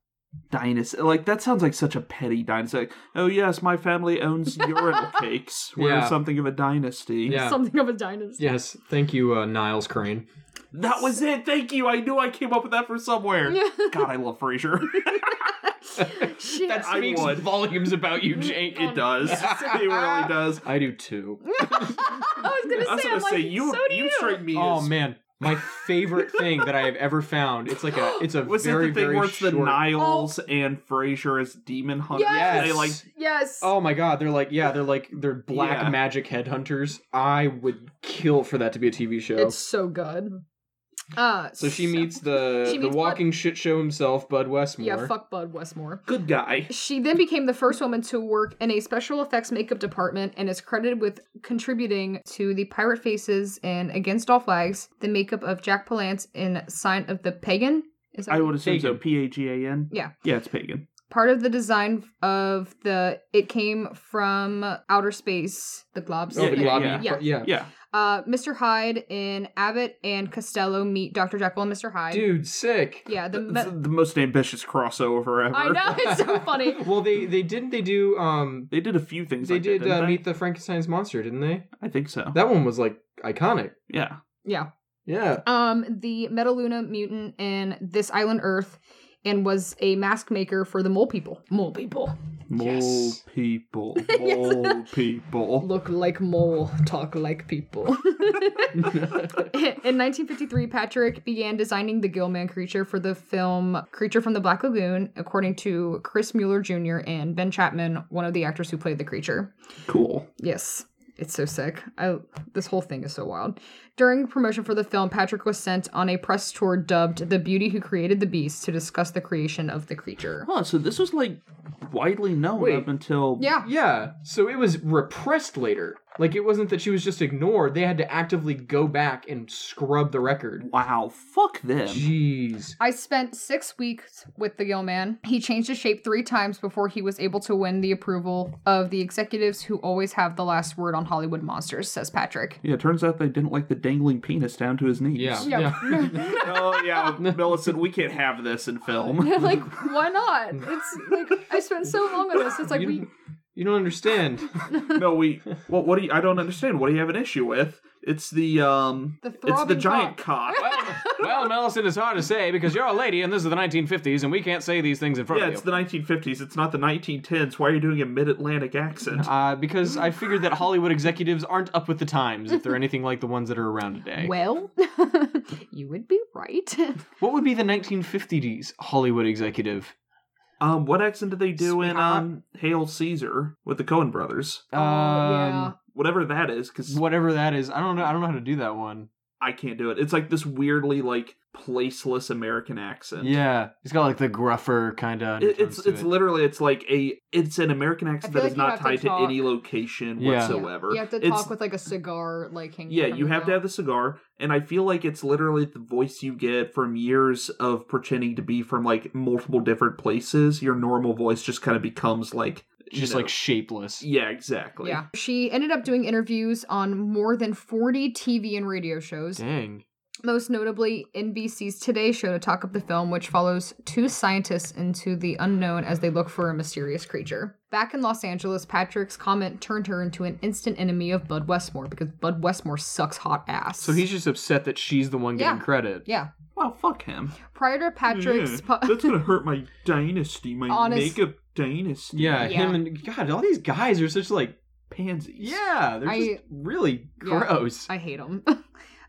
Dynasty. Like that sounds like such a petty dynasty. Like, oh yes, my family owns urinal cakes. We're Yeah. something of a dynasty. Yeah. Something of a dynasty. Yes. Thank you, uh, Niles Crane. That was it. Thank you. I knew I came up with that from somewhere. God, I love Frasier. Shit. That I speaks would. volumes about you, Jake. it does. it really does. I do too. I was I gonna was say, gonna I'm say like, you so do you strike me Oh as man. my favorite thing that I have ever found. It's like a it's a Was very it the thing very where it's short. the Oh. Niles and Frasier as demon hunters? Yes. They like Yes. Oh my god, they're like yeah, they're like they're black Yeah. magic headhunters. I would kill for that to be a TV show. It's so good. Uh, so she meets the She the meets Bud- walking shit show himself, Bud Westmore. Yeah, fuck Bud Westmore. good guy. She then became the first woman to work in a special effects makeup department and is credited with contributing to the Pirate Faces and Against All Flags, the makeup of Jack Palance in Sign of the Pagan. Is I would assume so. Pagan. P A G A N. Yeah. Yeah, it's pagan. part of the design of the? It came from outer space. The globs. Oh, the Yeah, lobby. yeah, Yeah. yeah. Yeah. Uh, Mr. Hyde in Abbott and Costello meet Dr. Jekyll and Mr. Hyde. Dude, sick. Yeah, the. It's the most ambitious crossover ever. I know it's so funny. well, they they didn't they do um They did a few things. they like did that, didn't uh, they? meet the Frankenstein's monster, didn't they? I think so. That one was like iconic. yeah. Yeah. Yeah. Um, the Metaluna mutant in this island Earth, and was a mask maker for the mole people. Mole people Mole Yes. people. Mole people. look like mole, talk like people. In 1953, Patrick began designing the Gillman creature for the film Creature from the Black Lagoon, according to Chris Mueller Jr. and Ben Chapman, one of the actors who played the creature. Cool. Yes. It's so sick. I this whole thing is so wild. During promotion for the film, Patrick was sent on a press tour dubbed "The Beauty Who Created the Beast" to discuss the creation of the creature. Huh, so this was like widely known Wait. up until Yeah. Yeah. So it was repressed later. Like it wasn't that she was just ignored. They had to actively go back and scrub the record. Wow, fuck them. Jeez. I spent six weeks with the Gillman. He changed his shape three times before he was able to win the approval of the executives who always have the last word on Hollywood monsters, says Patrick. Yeah, turns out they didn't like the dangling penis down to his knees. Yeah. Yeah. oh yeah, Millicent, we can't have this in film. like, why not? It's like I spent so long on this. It's like You, we don't- you don't understand. no, we. What? What do you? I don't understand. What do you have an issue with? It's the um. The it's the throbbing giant cock. well, Melison is hard to say because you're a lady and this is the 1950s and we can't say these things in front yeah, it's the 1950s. It's not the 1910s. Why are you doing a mid-Atlantic accent? uh, because I figured that Hollywood executives aren't up with the times if they're anything like the ones that are around today. well, you would be right. What would be the 1950s Hollywood executive? Um, what accent did they do in Scott. um Hail Caesar with the Cohen brothers? Oh, yeah. Whatever that is, because Um, Whatever that is, I don't know. I don't know how to do that one. I can't do it. It's like this weirdly like placeless American accent. Yeah, he's got like the gruffer kind of. It- it's it's literally it's like a it's an American accent that feel like is you not have to tied to, talk- any location Yeah. whatsoever. You have to It's- talk with like a cigar, like hanging. yeah, from you your have to mouth. have the cigar, and I feel like it's literally the voice you get from years of pretending to be from like multiple different places. Your normal voice just kind of becomes like you just know- like shapeless. yeah, exactly. Yeah. She ended up doing interviews on more than 40 TV and radio shows, Dang. most notably NBC's Today Show to talk up the film, which follows two scientists into the unknown as they look for a mysterious creature. Back in Los Angeles, Patrick's comment turned her into an instant enemy of Bud Westmore because Bud Westmore sucks hot ass. So he's just upset that she's the one getting Yeah. credit. Yeah. Wow, fuck him. Prior to Patrick's. Yeah, pu- that's gonna hurt my dynasty, my Honest- makeup dynasty. Yeah, Yeah. him and God, all these guys are such like pansies. yeah, they're I- just really Yeah. gross. I hate him.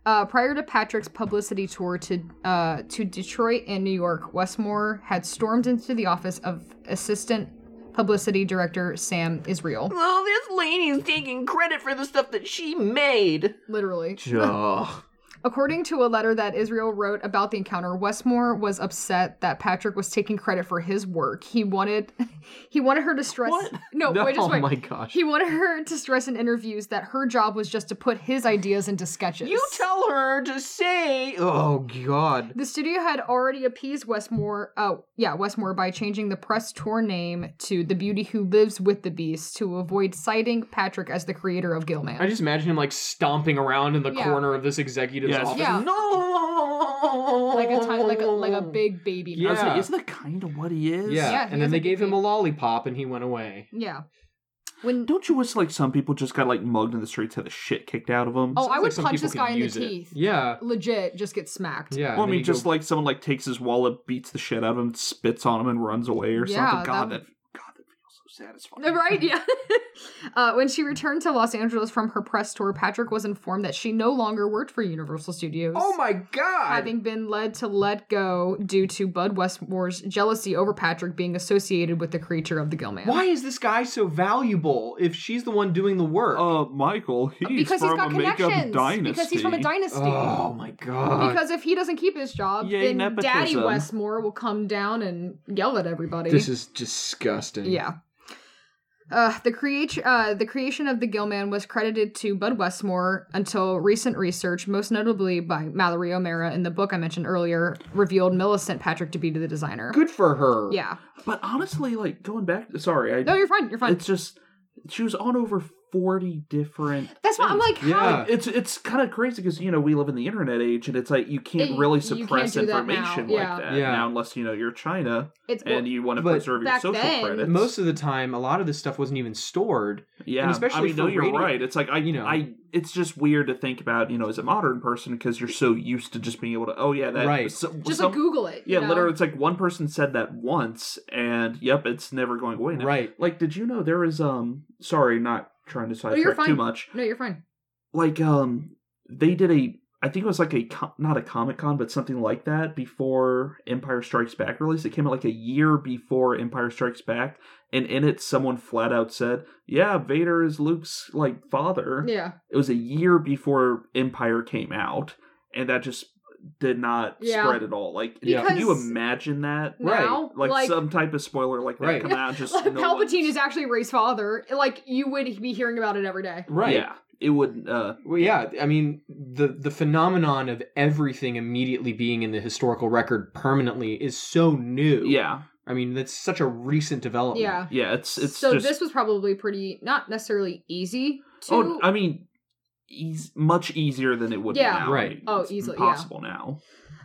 Uh, prior to Patrick's publicity tour to uh, to Detroit and New York, Westmore had stormed into the office of Assistant Publicity Director Sam Israel. Well, Oh, this lady's taking credit for the stuff that she made. Literally. Ugh. According to a letter that Israel wrote about the encounter, Westmore was upset that Patrick was taking credit for his work. He wanted he wanted her to stress What? No, No, wait, just oh wait. my gosh. He wanted her to stress in interviews that her job was just to put his ideas into sketches. You tell her to say. oh God. The studio had already appeased Westmore, uh, yeah, Westmore by changing the press tour name to The Beauty Who Lives with the Beast to avoid citing Patrick as the creator of Gilman. I just imagine him like stomping around in the Yeah. corner of this executive's Yes. office. yeah, No. like a ti- like a like a big baby. Yeah. I was like, Yeah. isn't that kind of what he is? Yeah, Yeah, he and then is they a gave him baby. a lollipop and he went away. yeah. When Don't you wish like some people just got like mugged in the streets, had the shit kicked out of them? oh, I Sounds like would some punch people this can guy in the use it. teeth. Yeah, Legit, just get smacked. yeah. well, I and then mean, you go- just like someone like takes his wallet, beats the shit out of him, spits on him, and runs away or Yeah, something. God, that, that- God, that feels so satisfying. Right? Yeah. uh, when she returned to Los Angeles from her press tour, Patrick was informed that she no longer worked for Universal Studios. Oh my god! Having been led to let go due to Bud Westmore's jealousy over Patrick being associated with the creature of the Gill Man. Why is this guy so valuable if she's the one doing the work? Uh, Michael, he's Because from he's got a makeup connections. dynasty. Because he's from a dynasty. oh my god. Because if he doesn't keep his job, Yay, then Daddy nepotism. Westmore will come down and yell at everybody. this is disgusting. yeah. Uh, the create uh, the creation of the Gillman was credited to Bud Westmore until recent research, most notably by Mallory O'Mara in the book I mentioned earlier, revealed Millicent Patrick to be the designer. Good for her. Yeah. But honestly, like going back, sorry, I, No, you're fine. You're fine. it's just she was on over forty different. That's why I'm like, how? Yeah. It's it's kind of crazy because you know we live in the internet age and it's like you can't It- really you can't suppress do that now, information yeah. like that Yeah. now unless you know you're China It's and you want to But preserve your back social then, credits. Most of the time, a lot of this stuff wasn't even stored. yeah, and especially I mean, no, for you're radio- right. It's like I you know. I it's just weird to think about you know as a modern person because you're so used to just being able to oh yeah that Right. so- just some- like Google it. you Yeah, know? literally, it's like one person said that once, and yep, it's never going away. Now. Right. Like, did you know there is um? Sorry, not trying to Oh, you're sidetrack too fine. much. No, you're fine. Like, um, they did a, I think it was like a co- not a Comic Con, but something like that before Empire Strikes Back release. It came out like a year before Empire Strikes Back, and in it, someone flat out said, "Yeah, Vader is Luke's like father." Yeah. It was a year before Empire came out, and that just did not Yeah. spread at all. Like, Yeah. can you Because- imagine that? Right. Now, like, like some type of spoiler like that Right. come out just no Palpatine one's- is actually Ray's father. Like you would be hearing about it every day. Right. yeah it would uh Well, yeah. I mean, the the phenomenon of everything immediately being in the historical record permanently is so new. yeah I mean, that's such a recent development. Yeah. yeah Oh, it's it's so just this was probably pretty not necessarily easy to. oh i mean eas much easier than it would Yeah. be now. Right. I mean, Oh, it's easily, yeah. impossible now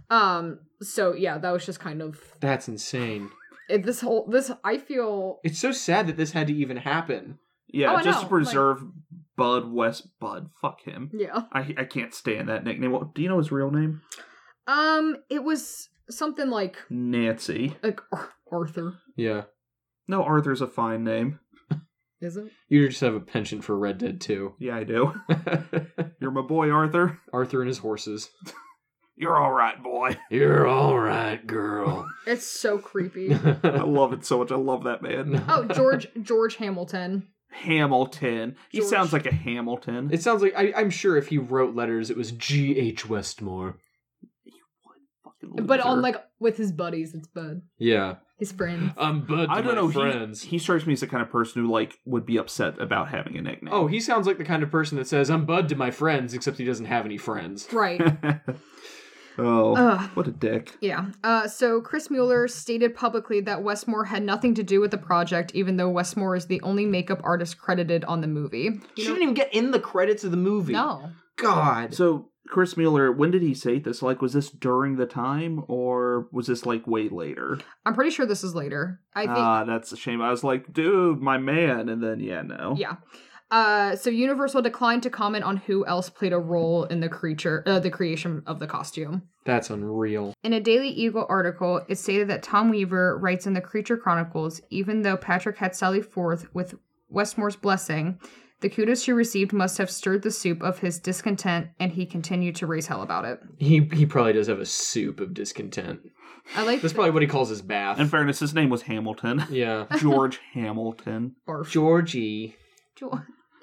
um. So yeah, that was just kind of That's insane. it, this whole this. I feel It's so sad that this had to even happen. yeah Oh, I just know, to preserve bud west bud fuck him yeah. I, I can't stand that nickname. What, do you know his real name? Um. It was something like Nancy. like Ar- Arthur. Yeah. No, Arthur's a fine name. Is it? You just have a penchant for Red Dead 2. Yeah, I do. You're my boy, Arthur. Arthur and his horses. You're all right, boy. You're all right, girl. It's so creepy. I love it so much. I love that man. oh, George George Hamilton. Hamilton. He George. sounds like a Hamilton. It sounds like I, I'm sure if he wrote letters, it was G. H. Westmore. Fucking But on loser. like with his buddies, it's Bud. Yeah, His friends. I'm Bud. I don't know. He, friends. he strikes me as the kind of person who like would be upset about having a nickname. oh, he sounds like the kind of person that says I'm Bud to my friends, except he doesn't have any friends. Right. oh, Ugh. what a dick. Yeah. Uh, so Chris Mueller stated publicly that Westmore had nothing to do with the project, even though Westmore is the only makeup artist credited on the movie. She didn't even get in the credits of the movie. No. God. So Chris Mueller, when did he say this? Like, was this during the time, or was this like way later? I'm pretty sure this is later. I think. Uh. Ah, that's a shame. I was like, dude, my man, and then yeah, no. yeah. Uh, so Universal declined to comment on who else played a role in the creature, uh, the creation of the costume. That's unreal. In a Daily Eagle article, it stated that Tom Weaver writes in the Creature Chronicles even though Patrick had sallied forth with Westmore's blessing, the kudos she received must have stirred the soup of his discontent, and he continued to raise hell about it. He he probably does have a soup of discontent. I like That's probably what he calls his bath. In fairness, his name was Hamilton. yeah. George Hamilton. barf. Georgie.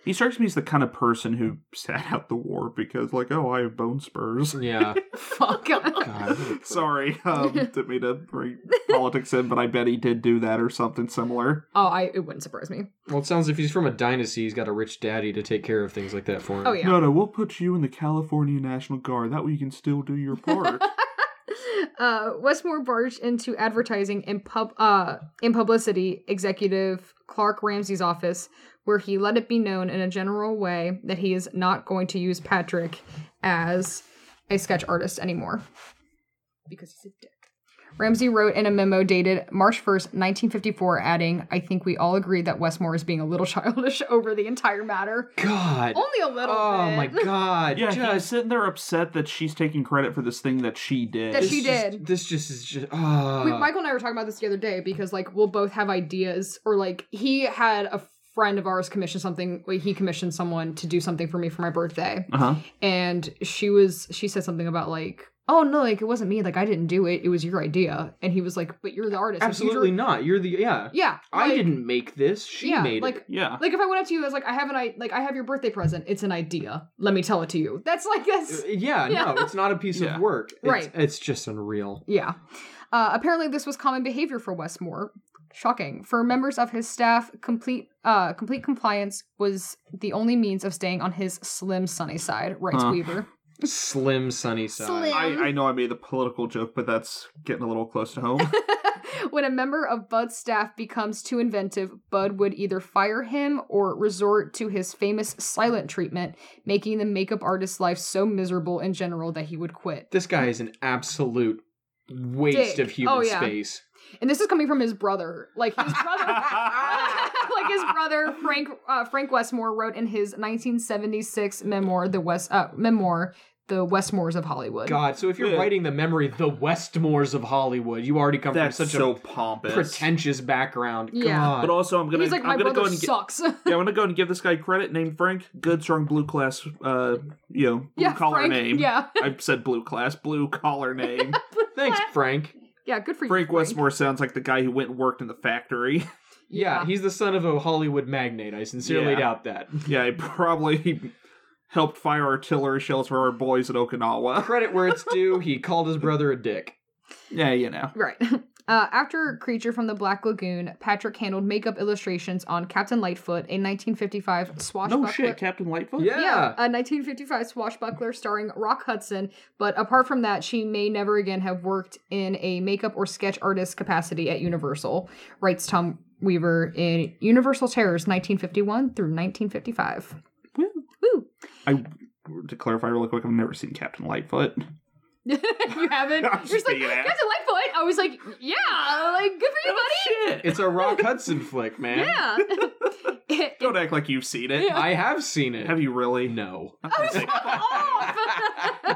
He strikes me as the kind of person who sat out the war because, like, oh, I have bone spurs. Yeah. Fuck. Oh, God. what a prick. Sorry, um, didn't mean to bring politics in, but I bet he did do that or something similar. Oh, I it wouldn't surprise me. Well, it sounds if he's from a dynasty, he's got a rich daddy to take care of things like that for him. Oh yeah. No, no, we'll put you in the California National Guard. That way you can still do your part. Uh, Westmore barged into advertising and pub uh in publicity executive Clark Ramsey's office, where he let it be known in a general way that he is not going to use Patrick as a sketch artist anymore because he's a dick. Ramsey wrote in a memo dated March 1st, 1954, adding, I think we all agree that Westmore is being a little childish over the entire matter. God. Only a little Oh bit. my god. Yeah, he's just sitting there upset that she's taking credit for this thing that she did. That this she just- did. This just is just ah. We, Michael and I were talking about this the other day because, like, we'll both have ideas, or like, he had a friend of ours commission something. Like, he commissioned someone to do something for me for my birthday, Uh huh. and she was she said something about like, oh no, like it wasn't me, like I didn't do it, it was your idea, and he was like, but you're the artist, Like, you drew- Absolutely not. You're the yeah. yeah, I like- didn't make this. She yeah, made like it. Yeah. Like if I went up to you, I was like, I have an I like I have your birthday present. It's an idea. Let me tell it to you. That's like that's Uh, Yeah, Yeah. no, it's not a piece Yeah. of work. It's, Right. It's just unreal. yeah. Uh, apparently, this was common behavior for Westmore. Shocking for members of his staff. Complete uh, complete compliance was the only means of staying on his slim sunny side. Writes Huh. Weaver. Slim sunny side. Slim. I, I know I made the political joke, but that's getting a little close to home. when a member of Bud's staff becomes too inventive, Bud would either fire him or resort to his famous silent treatment, making the makeup artist's life so miserable in general that he would quit. This guy is an absolute waste Dick. of human Oh, yeah. space. and this is coming from his brother like his brother like his brother frank uh, frank westmore wrote in his 1976 memoir the west uh, memoir the westmores of hollywood God, so if you're Yeah. writing the memory, the Westmores of Hollywood, you already come that's from such so a pompous. pretentious background. Yeah. God. But also, I'm gonna. he's like I'm my gonna go brother and get, sucks yeah, I'm gonna go and give this guy credit. Named Frank, good strong blue class. Uh, you know, blue yeah collar frank name. yeah I said blue class, blue collar name. Thanks, Frank. yeah good for you Frank Westmore sounds like the guy who went and worked in the factory. Yeah, Yeah. he's the son of a Hollywood magnate. I sincerely Yeah. doubt that. yeah, he probably helped fire artillery shells for our boys at Okinawa. Credit where it's due, he called his brother a dick. Yeah, you know. Right. Uh, after Creature from the Black Lagoon, Patrick handled makeup illustrations on Captain Lightfoot, a 1955 swashbuckler. No shit, Captain Lightfoot. Yeah. a 1955 swashbuckler starring Rock Hudson. But apart from that, she may never again have worked in a makeup or sketch artist capacity at Universal, writes Tom Weaver in Universal Terrors 1951 through 1955. Woo. Woo. I to clarify really quick, I've never seen Captain Lightfoot. you haven't? I'm You're just just like, being an ass. Captain Lightfoot? I was like, yeah, like, good for you, buddy. Shit. It's a Rock Hudson flick, man. Yeah. It- Don't act like you've seen it. I have seen it. Have you really? No. Okay. off. You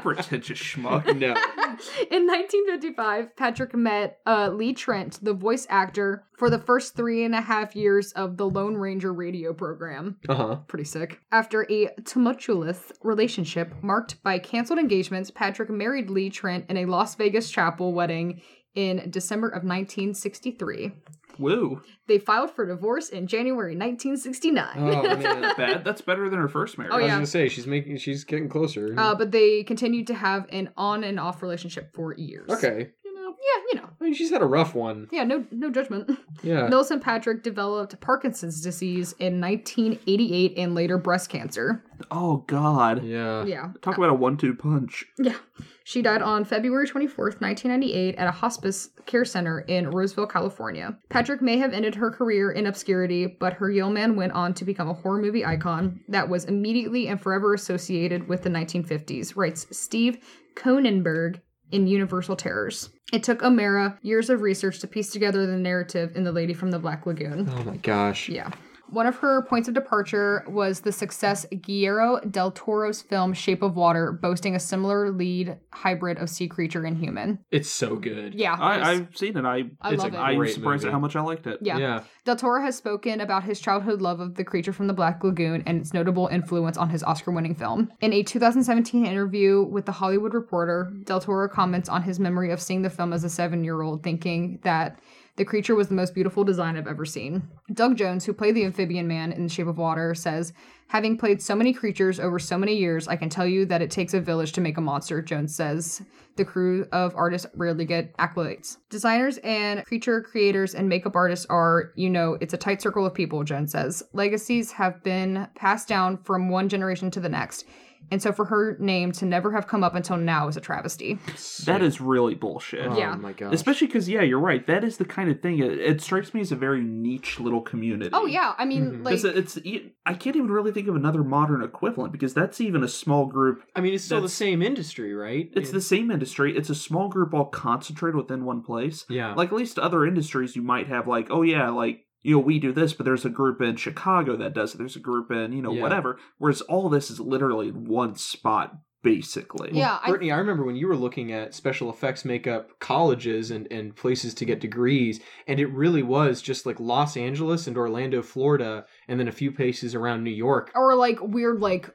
pretentious schmuck. No. In 1955, Patrick met uh, Lee Trent, the voice actor, for the first three and a half years of the Lone Ranger radio program. Uh huh. Pretty sick. After a tumultuous relationship marked by canceled engagements, Patrick married Lee Trent in a Las Vegas chapel wedding in December of 1963. Woo. They filed for divorce in January 1969. Oh man. Bad. That's better than her first marriage. Oh, I was yeah. gonna say she's making she's getting closer. Uh, but they continued to have an on and off relationship for years. okay. You know, yeah, you know. I mean, she's had a rough one. Yeah, no no judgment. Yeah. Nelson Patrick developed Parkinson's disease in 1988 and later breast cancer. Oh god. Yeah. Yeah. Talk about a one-two punch. Yeah. She died on February 24th, 1998, at a hospice care center in Roseville, California. Patrick may have ended her career in obscurity, but her yeoman went on to become a horror movie icon that was immediately and forever associated with the 1950s, writes Steve Konenberg in Universal Terrors. It took O'Mara years of research to piece together the narrative in The Lady from the Black Lagoon. Oh my gosh. Yeah. One of her points of departure was the success Guillermo del Toro's film Shape of Water, boasting a similar lead hybrid of sea creature and human. It's so good. Yeah. I, it's- I've seen it. I, I it's love a- it. I'm Great surprised movie. at how much I liked it. yeah. Yeah. Del Toro has spoken about his childhood love of the creature from the Black Lagoon and its notable influence on his Oscar winning film. In a 2017 interview with The Hollywood Reporter, Del Toro comments on his memory of seeing the film as a seven year old, thinking that the creature was the most beautiful design I've ever seen. Doug Jones, who played the amphibian man in The Shape of Water, says, Having played so many creatures over so many years, I can tell you that it takes a village to make a monster, Jones says. The crew of artists rarely get accolades. Designers and creature creators and makeup artists are, you know, it's a tight circle of people, Jones says. Legacies have been passed down from one generation to the next. And so for her name to never have come up until now is a travesty. That is really bullshit. Oh Yeah. my god. Especially because, yeah, you're right. That is the kind of thing. It, it strikes me as a very niche little community. Oh yeah, I mean Mhm. like It's, it's e, I can't even really think of another modern equivalent because that's even a small group. I mean, it's still the That's- same industry, right? It's the same industry. It's a small group all concentrated within one place. yeah. Like at least other industries, you might have like, oh yeah, like you know we do this, but there's a group in Chicago that does it. There's a group in you know Yeah. whatever. Whereas all this is literally in one spot, basically. yeah, I, Brittany, I remember when you were looking at special effects makeup colleges and, and places to Mm-hmm. get degrees, and it really was just like Los Angeles and Orlando, Florida, and then a few places around New York. or like weird like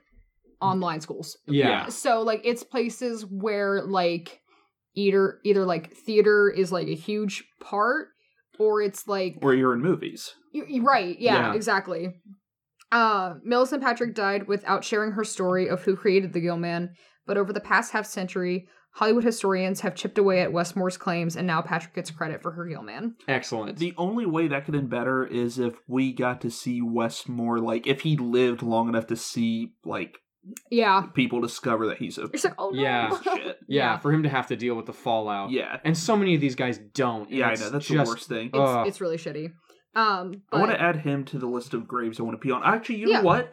online schools. Yeah. So like it's places where like either either like theater is like a huge part or it's like Where you're in movies. Y- y- Right. Yeah, Yeah. Exactly. Uh, Millicent Patrick died without sharing her story of who created the Gill Man, but over the past half century, Hollywood historians have chipped away at Westmore's claims, and now Patrick gets credit for her Gill Man. Excellent. The only way that could end better is if we got to see Westmore, like if he lived long enough to see like Yeah. people discover that he's a It's like, oh no. Yeah. shit. yeah, yeah. for him to have to deal with the fallout. Yeah. And so many of these guys don't. and Yeah, I it's know. That's the just- worst thing. Ugh. It's, it's really shitty. Um, I want but- to add him to the list of graves I want to pee on. Actually, you Yeah. know what?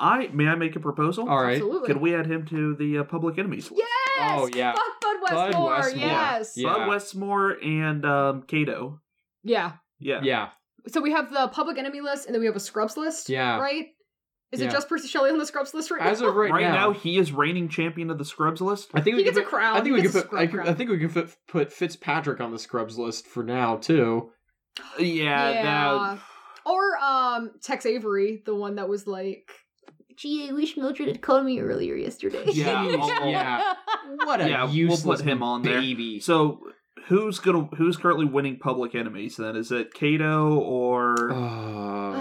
I may I make a Oh, proposal? All right. absolutely. Could we add him to the uh, public enemies list? Yes. Oh, yeah. Fuck Bud Bud Westmore. Westmore. Yes. Yeah. Yeah. Bud Westmore and um, Cato. Yeah. Yeah. So we have the Public Enemy list, and then we have a Scrubs list. Yeah. Right. Is Yeah. it just Percy Shelley on the Scrubs list right As now? of right, Right now, now, he is reigning champion of the Scrubs list. I think he we gets could a put- crown. I think He we gets could a put. I, scrub could- crown. I think we can fit, put Fitzpatrick on the Scrubs list for now too. Yeah, Yeah. Or um Tex Avery, the one that was like Gee, I wish Mildred had called me earlier yesterday. Yeah, I'll- yeah. What a Yeah, we'll put useless him on there. baby. that. So who's gonna who's currently winning public enemies? Then is it Cato or Uh,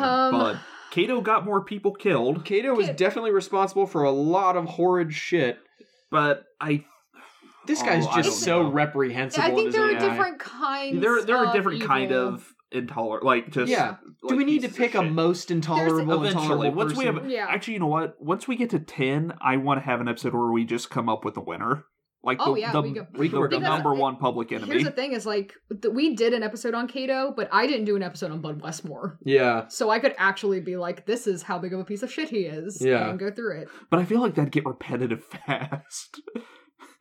um Bud? Cato got more people killed, Kato was Kid- definitely responsible for a lot of horrid shit. but I This Oh, guy's I just don't so know. reprehensible. I in think his there are own eye. different kinds there there are of different kind evil. of intolerant like just Yeah. Do like, we need to pieces of pick a shit. most intolerable, Eventually, intolerable once we person? have Yeah. actually, you know what? Once we get to ten, I want to have an episode where we just come up with a winner, like Oh, the, yeah, the, we go- We can the- work the on that. number one public Here's enemy. the thing is like th- we did an episode on Cato, but I didn't do an episode on Bud Westmore. yeah, So I could actually be like, this is how big of a piece of shit he is. Yeah. And go through it. But I feel like that'd get repetitive fast.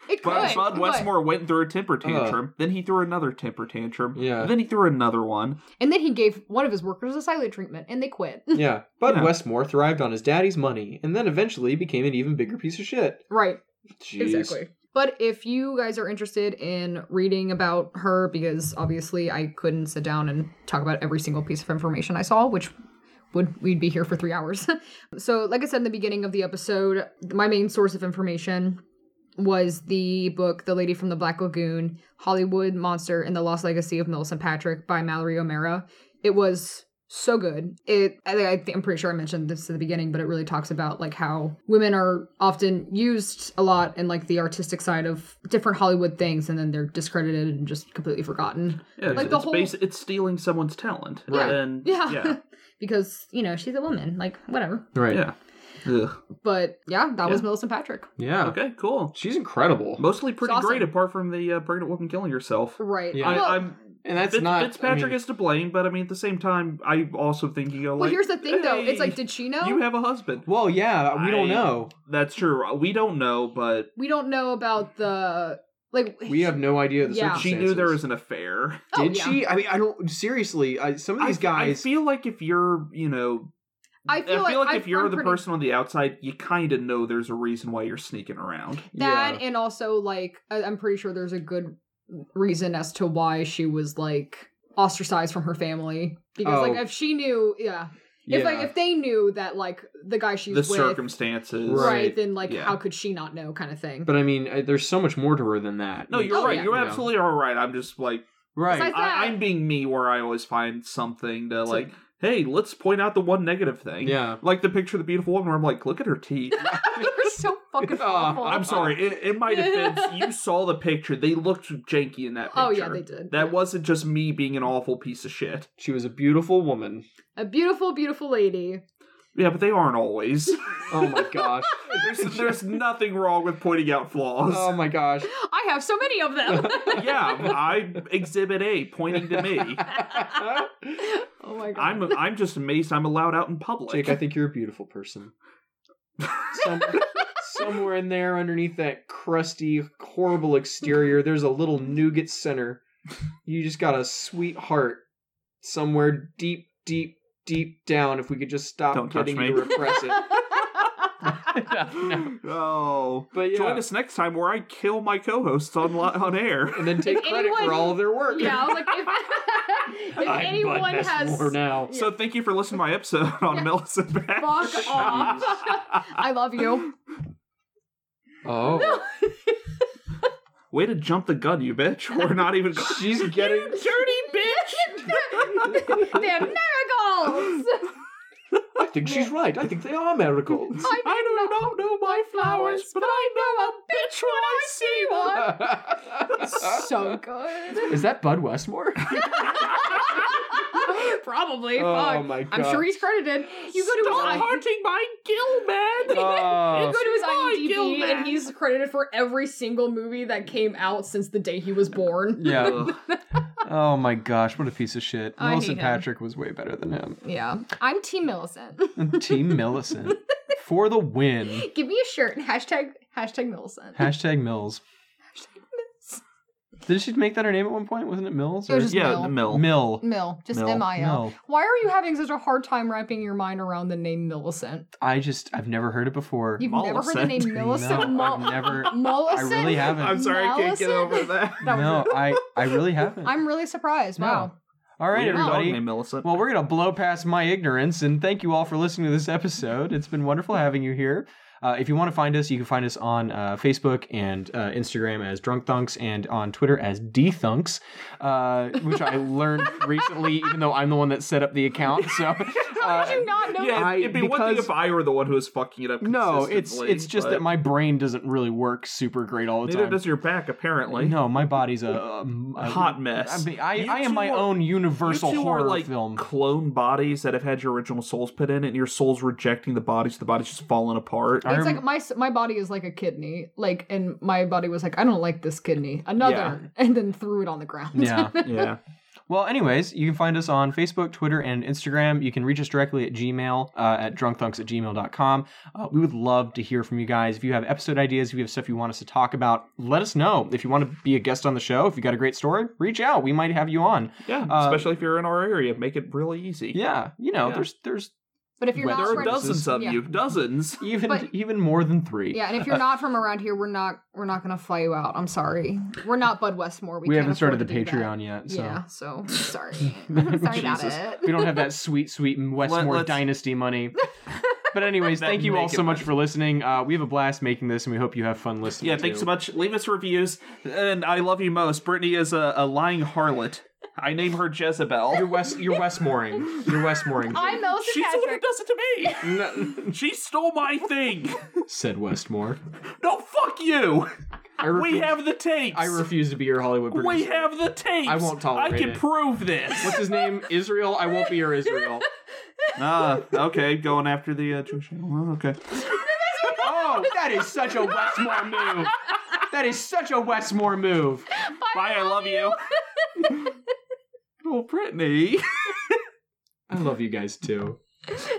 It could. But Bud it Westmore went through a temper tantrum, then he threw another temper tantrum, Uh. Yeah. then he threw another one. could. And then he gave one of his workers a silent treatment and they quit. yeah. Bud Yeah. Westmore thrived on his daddy's money, and then eventually became an even bigger piece of shit. right. Jeez. Exactly. But if you guys are interested in reading about her, because obviously I couldn't sit down and talk about every single piece of information I saw, which would we'd be here for three hours. so, like I said in the beginning of the episode, my main source of information was the book "The Lady from the Black Lagoon: Hollywood Monster and the Lost Legacy of Millicent Patrick" by Mallory O'Mara. It was so good. It I, think- I think, I'm pretty sure I mentioned this at the beginning, but it really talks about like how women are often used a lot in like the artistic side of different Hollywood things, and then they're discredited and just completely forgotten. Yeah, Like it's, the it's whole- basi- it's stealing someone's talent. Yeah. And, Yeah. yeah. because you know she's a woman, like whatever. Right. yeah. Ugh. But yeah, that was Yeah. Millicent Patrick. Yeah. Okay, cool. She's incredible. Mostly pretty awesome. great, apart from the uh, pregnant woman killing herself. Right. Yeah. I, Well, I'm and that's Fitz- not I Fitzpatrick mean- is to blame, but I mean at the same time, I also think you go like. well, here's the thing though. It's like, "Hey, did she know? you have a husband? Well, yeah, we don't I- know. That's true. We don't know, but we don't know about the like. We have no idea the Yeah. she knew there circumstances. was an affair. Oh, Did yeah. she? I mean, I don't. Seriously, I, some of I, these I guys. feel like if you're, you know, I feel, like, I- if you're I'm the pretty- person on the outside, you kind of know there's a reason why you're sneaking around. that, yeah. and also like I- I'm pretty sure there's a good reason as to why she was like ostracized from her family because like Oh. if she knew, yeah, if like Yeah. if they knew that like the guy she's the with, circumstances. right, Right. then like Yeah. how could she not know, kind of thing. But I mean, I, there's so much more to her than that. No, you're Oh, right. yeah. You're Yeah. absolutely all right. I'm just like right. Besides- I, that- I'm being me, where I always find something to like. hey, let's point out the one negative thing. Yeah. Like the picture of the beautiful woman, where I'm like, look at her teeth. They're so fucking Oh, awful. I'm sorry. In, in my defense, you saw the picture. They looked janky in that picture. Oh, yeah, they did. That Yeah. wasn't just me being an awful piece of shit. She was a beautiful woman. a beautiful, beautiful lady. Yeah, but they aren't always. Oh my gosh. There's, there's nothing wrong with pointing out flaws. Oh my gosh. I have so many of them. yeah, I exhibit A pointing to me. oh my god. I'm I'm just amazed I'm allowed out in public. Jake, I think you're a beautiful person. Some, somewhere in there, underneath that crusty, horrible exterior, there's a little nougat center. You just got a sweet heart somewhere deep, deep, deep down. If we could just stop Don't touch getting me. you to repress it. Oh, But yeah. join us next time where I kill my co-hosts on li- on air. And then take If credit for anyone- all of their work. yeah, I was like, if, if I'm anyone Bud has Messmore now. So thank you for listening to my episode on Yeah. Melissa Bash. fuck off, I love you. Oh, Way to jump the gun, you bitch. We're not even. she's getting They're miracles. I think she's right. I think they are miracles. I do not know my flowers, but I know a bitch when I so good. Is that Bud Westmore? Probably. oh fuck. my god. I'm sure he's credited. You go to Stop his I- hunting my Gilman. you Oh, go to his Stop, IMDb, Gilman. and he's credited for every single movie that came out since the day he was born. yeah. Oh my gosh, what a piece of shit. I hate Millicent him. Patrick was way better than him. Yeah, I'm Team Millicent. And Team Millicent. For the win. Give me a shirt. Hashtag hashtag Millicent. Hashtag Mills. Didn't she make that her name at one point? Wasn't it Mills? It was just Yeah, Mil. the mill. Mill. Mil, just Mil. M I L. Mil. Why are you having such a hard time wrapping your mind around the name Millicent? I just I've never heard it before. You've never heard the Millicent. name Millicent. no, Mul- I've never I Millicent? really haven't. I'm sorry, I can't get over Millicent? that. That was no, I I really haven't. I'm really surprised. No. Wow. All right, Weird dog everybody. named Millicent. Well, we're going to blow past my ignorance, and thank you all for listening to this episode. It's been wonderful having you here. Uh, if you want to find us, you can find us on uh, Facebook and uh, Instagram as Drunk Thunks and on Twitter as Dthunks, uh, which I learned recently, even though I'm the one that set up the account. So, How uh, did you not know? yeah, I- it'd be one thing because- if I were the one who was fucking it up. no, it's consistently, it's just but that my brain doesn't really work super great all the neither time. does your back apparently. No, my body's a, um, a- a- Hot mess. I, mean, I, You I am two my are- own You universal two horror are like film. clone bodies that have had your original souls put in, it, and your soul's rejecting the bodies. The body's just falling apart. It's Um, like my s- my body is like a kidney, like, and my body was like, I don't like this kidney, another, Yeah. and then threw it on the ground. yeah. yeah. Well, anyways, you can find us on Facebook, Twitter, and Instagram. You can reach us directly at Gmail uh, at drunkthunks at gmail.com. Uh, we would love to hear from you guys. If you have episode ideas, if you have stuff you want us to talk about, let us know. If you want to be a guest on the show, if you got a great story, reach out. We might have you on. Yeah. Uh, especially if you're in our area. Make it really easy. Yeah, you know, Yeah. there's there's But if you're Well, not, There are from- dozens of yeah. you. Dozens. even But- even more than three. yeah, and if you're not from around here, we're not we're not gonna fly you out. I'm sorry, we're not Bud Westmore. We, we can't haven't started the afford to do that. Patreon yet, so Yeah, so sorry, sorry about Jesus. it. we don't have that sweet, sweet Westmore let's- dynasty money. But anyways, That thank you all naked so much money. for listening. Uh, we have a blast making this, and we hope you have fun listening. Yeah, thanks too. so much. Leave us reviews. And I love you most. Brittany is a, a lying harlot. I name her You're Jezebel. West. You're Westmoring. You're Westmoring. I'm Melissa She's the one who Patrick. does it to me. She stole my thing. said Westmore. No, fuck you. I refuse, We have the tapes. I refuse to be your Hollywood producer. We have the tapes. I won't tolerate I can it. prove this. What's his name? Israel. I won't be your Israel. Ah, okay, going after the uh, Jewish. Well, okay. Oh, that is such a Westmore move. That is such a Westmore move. Bye, I love you. well, Brittany. I love you guys too.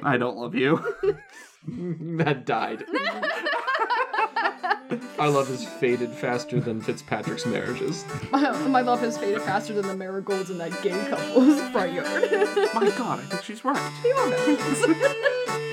I don't love you. That died. Our love is faded faster than Fitzpatrick's marriages. My love has faded faster than the marigolds in that gay couple's front yard. My God, I think she's right. You are Melons.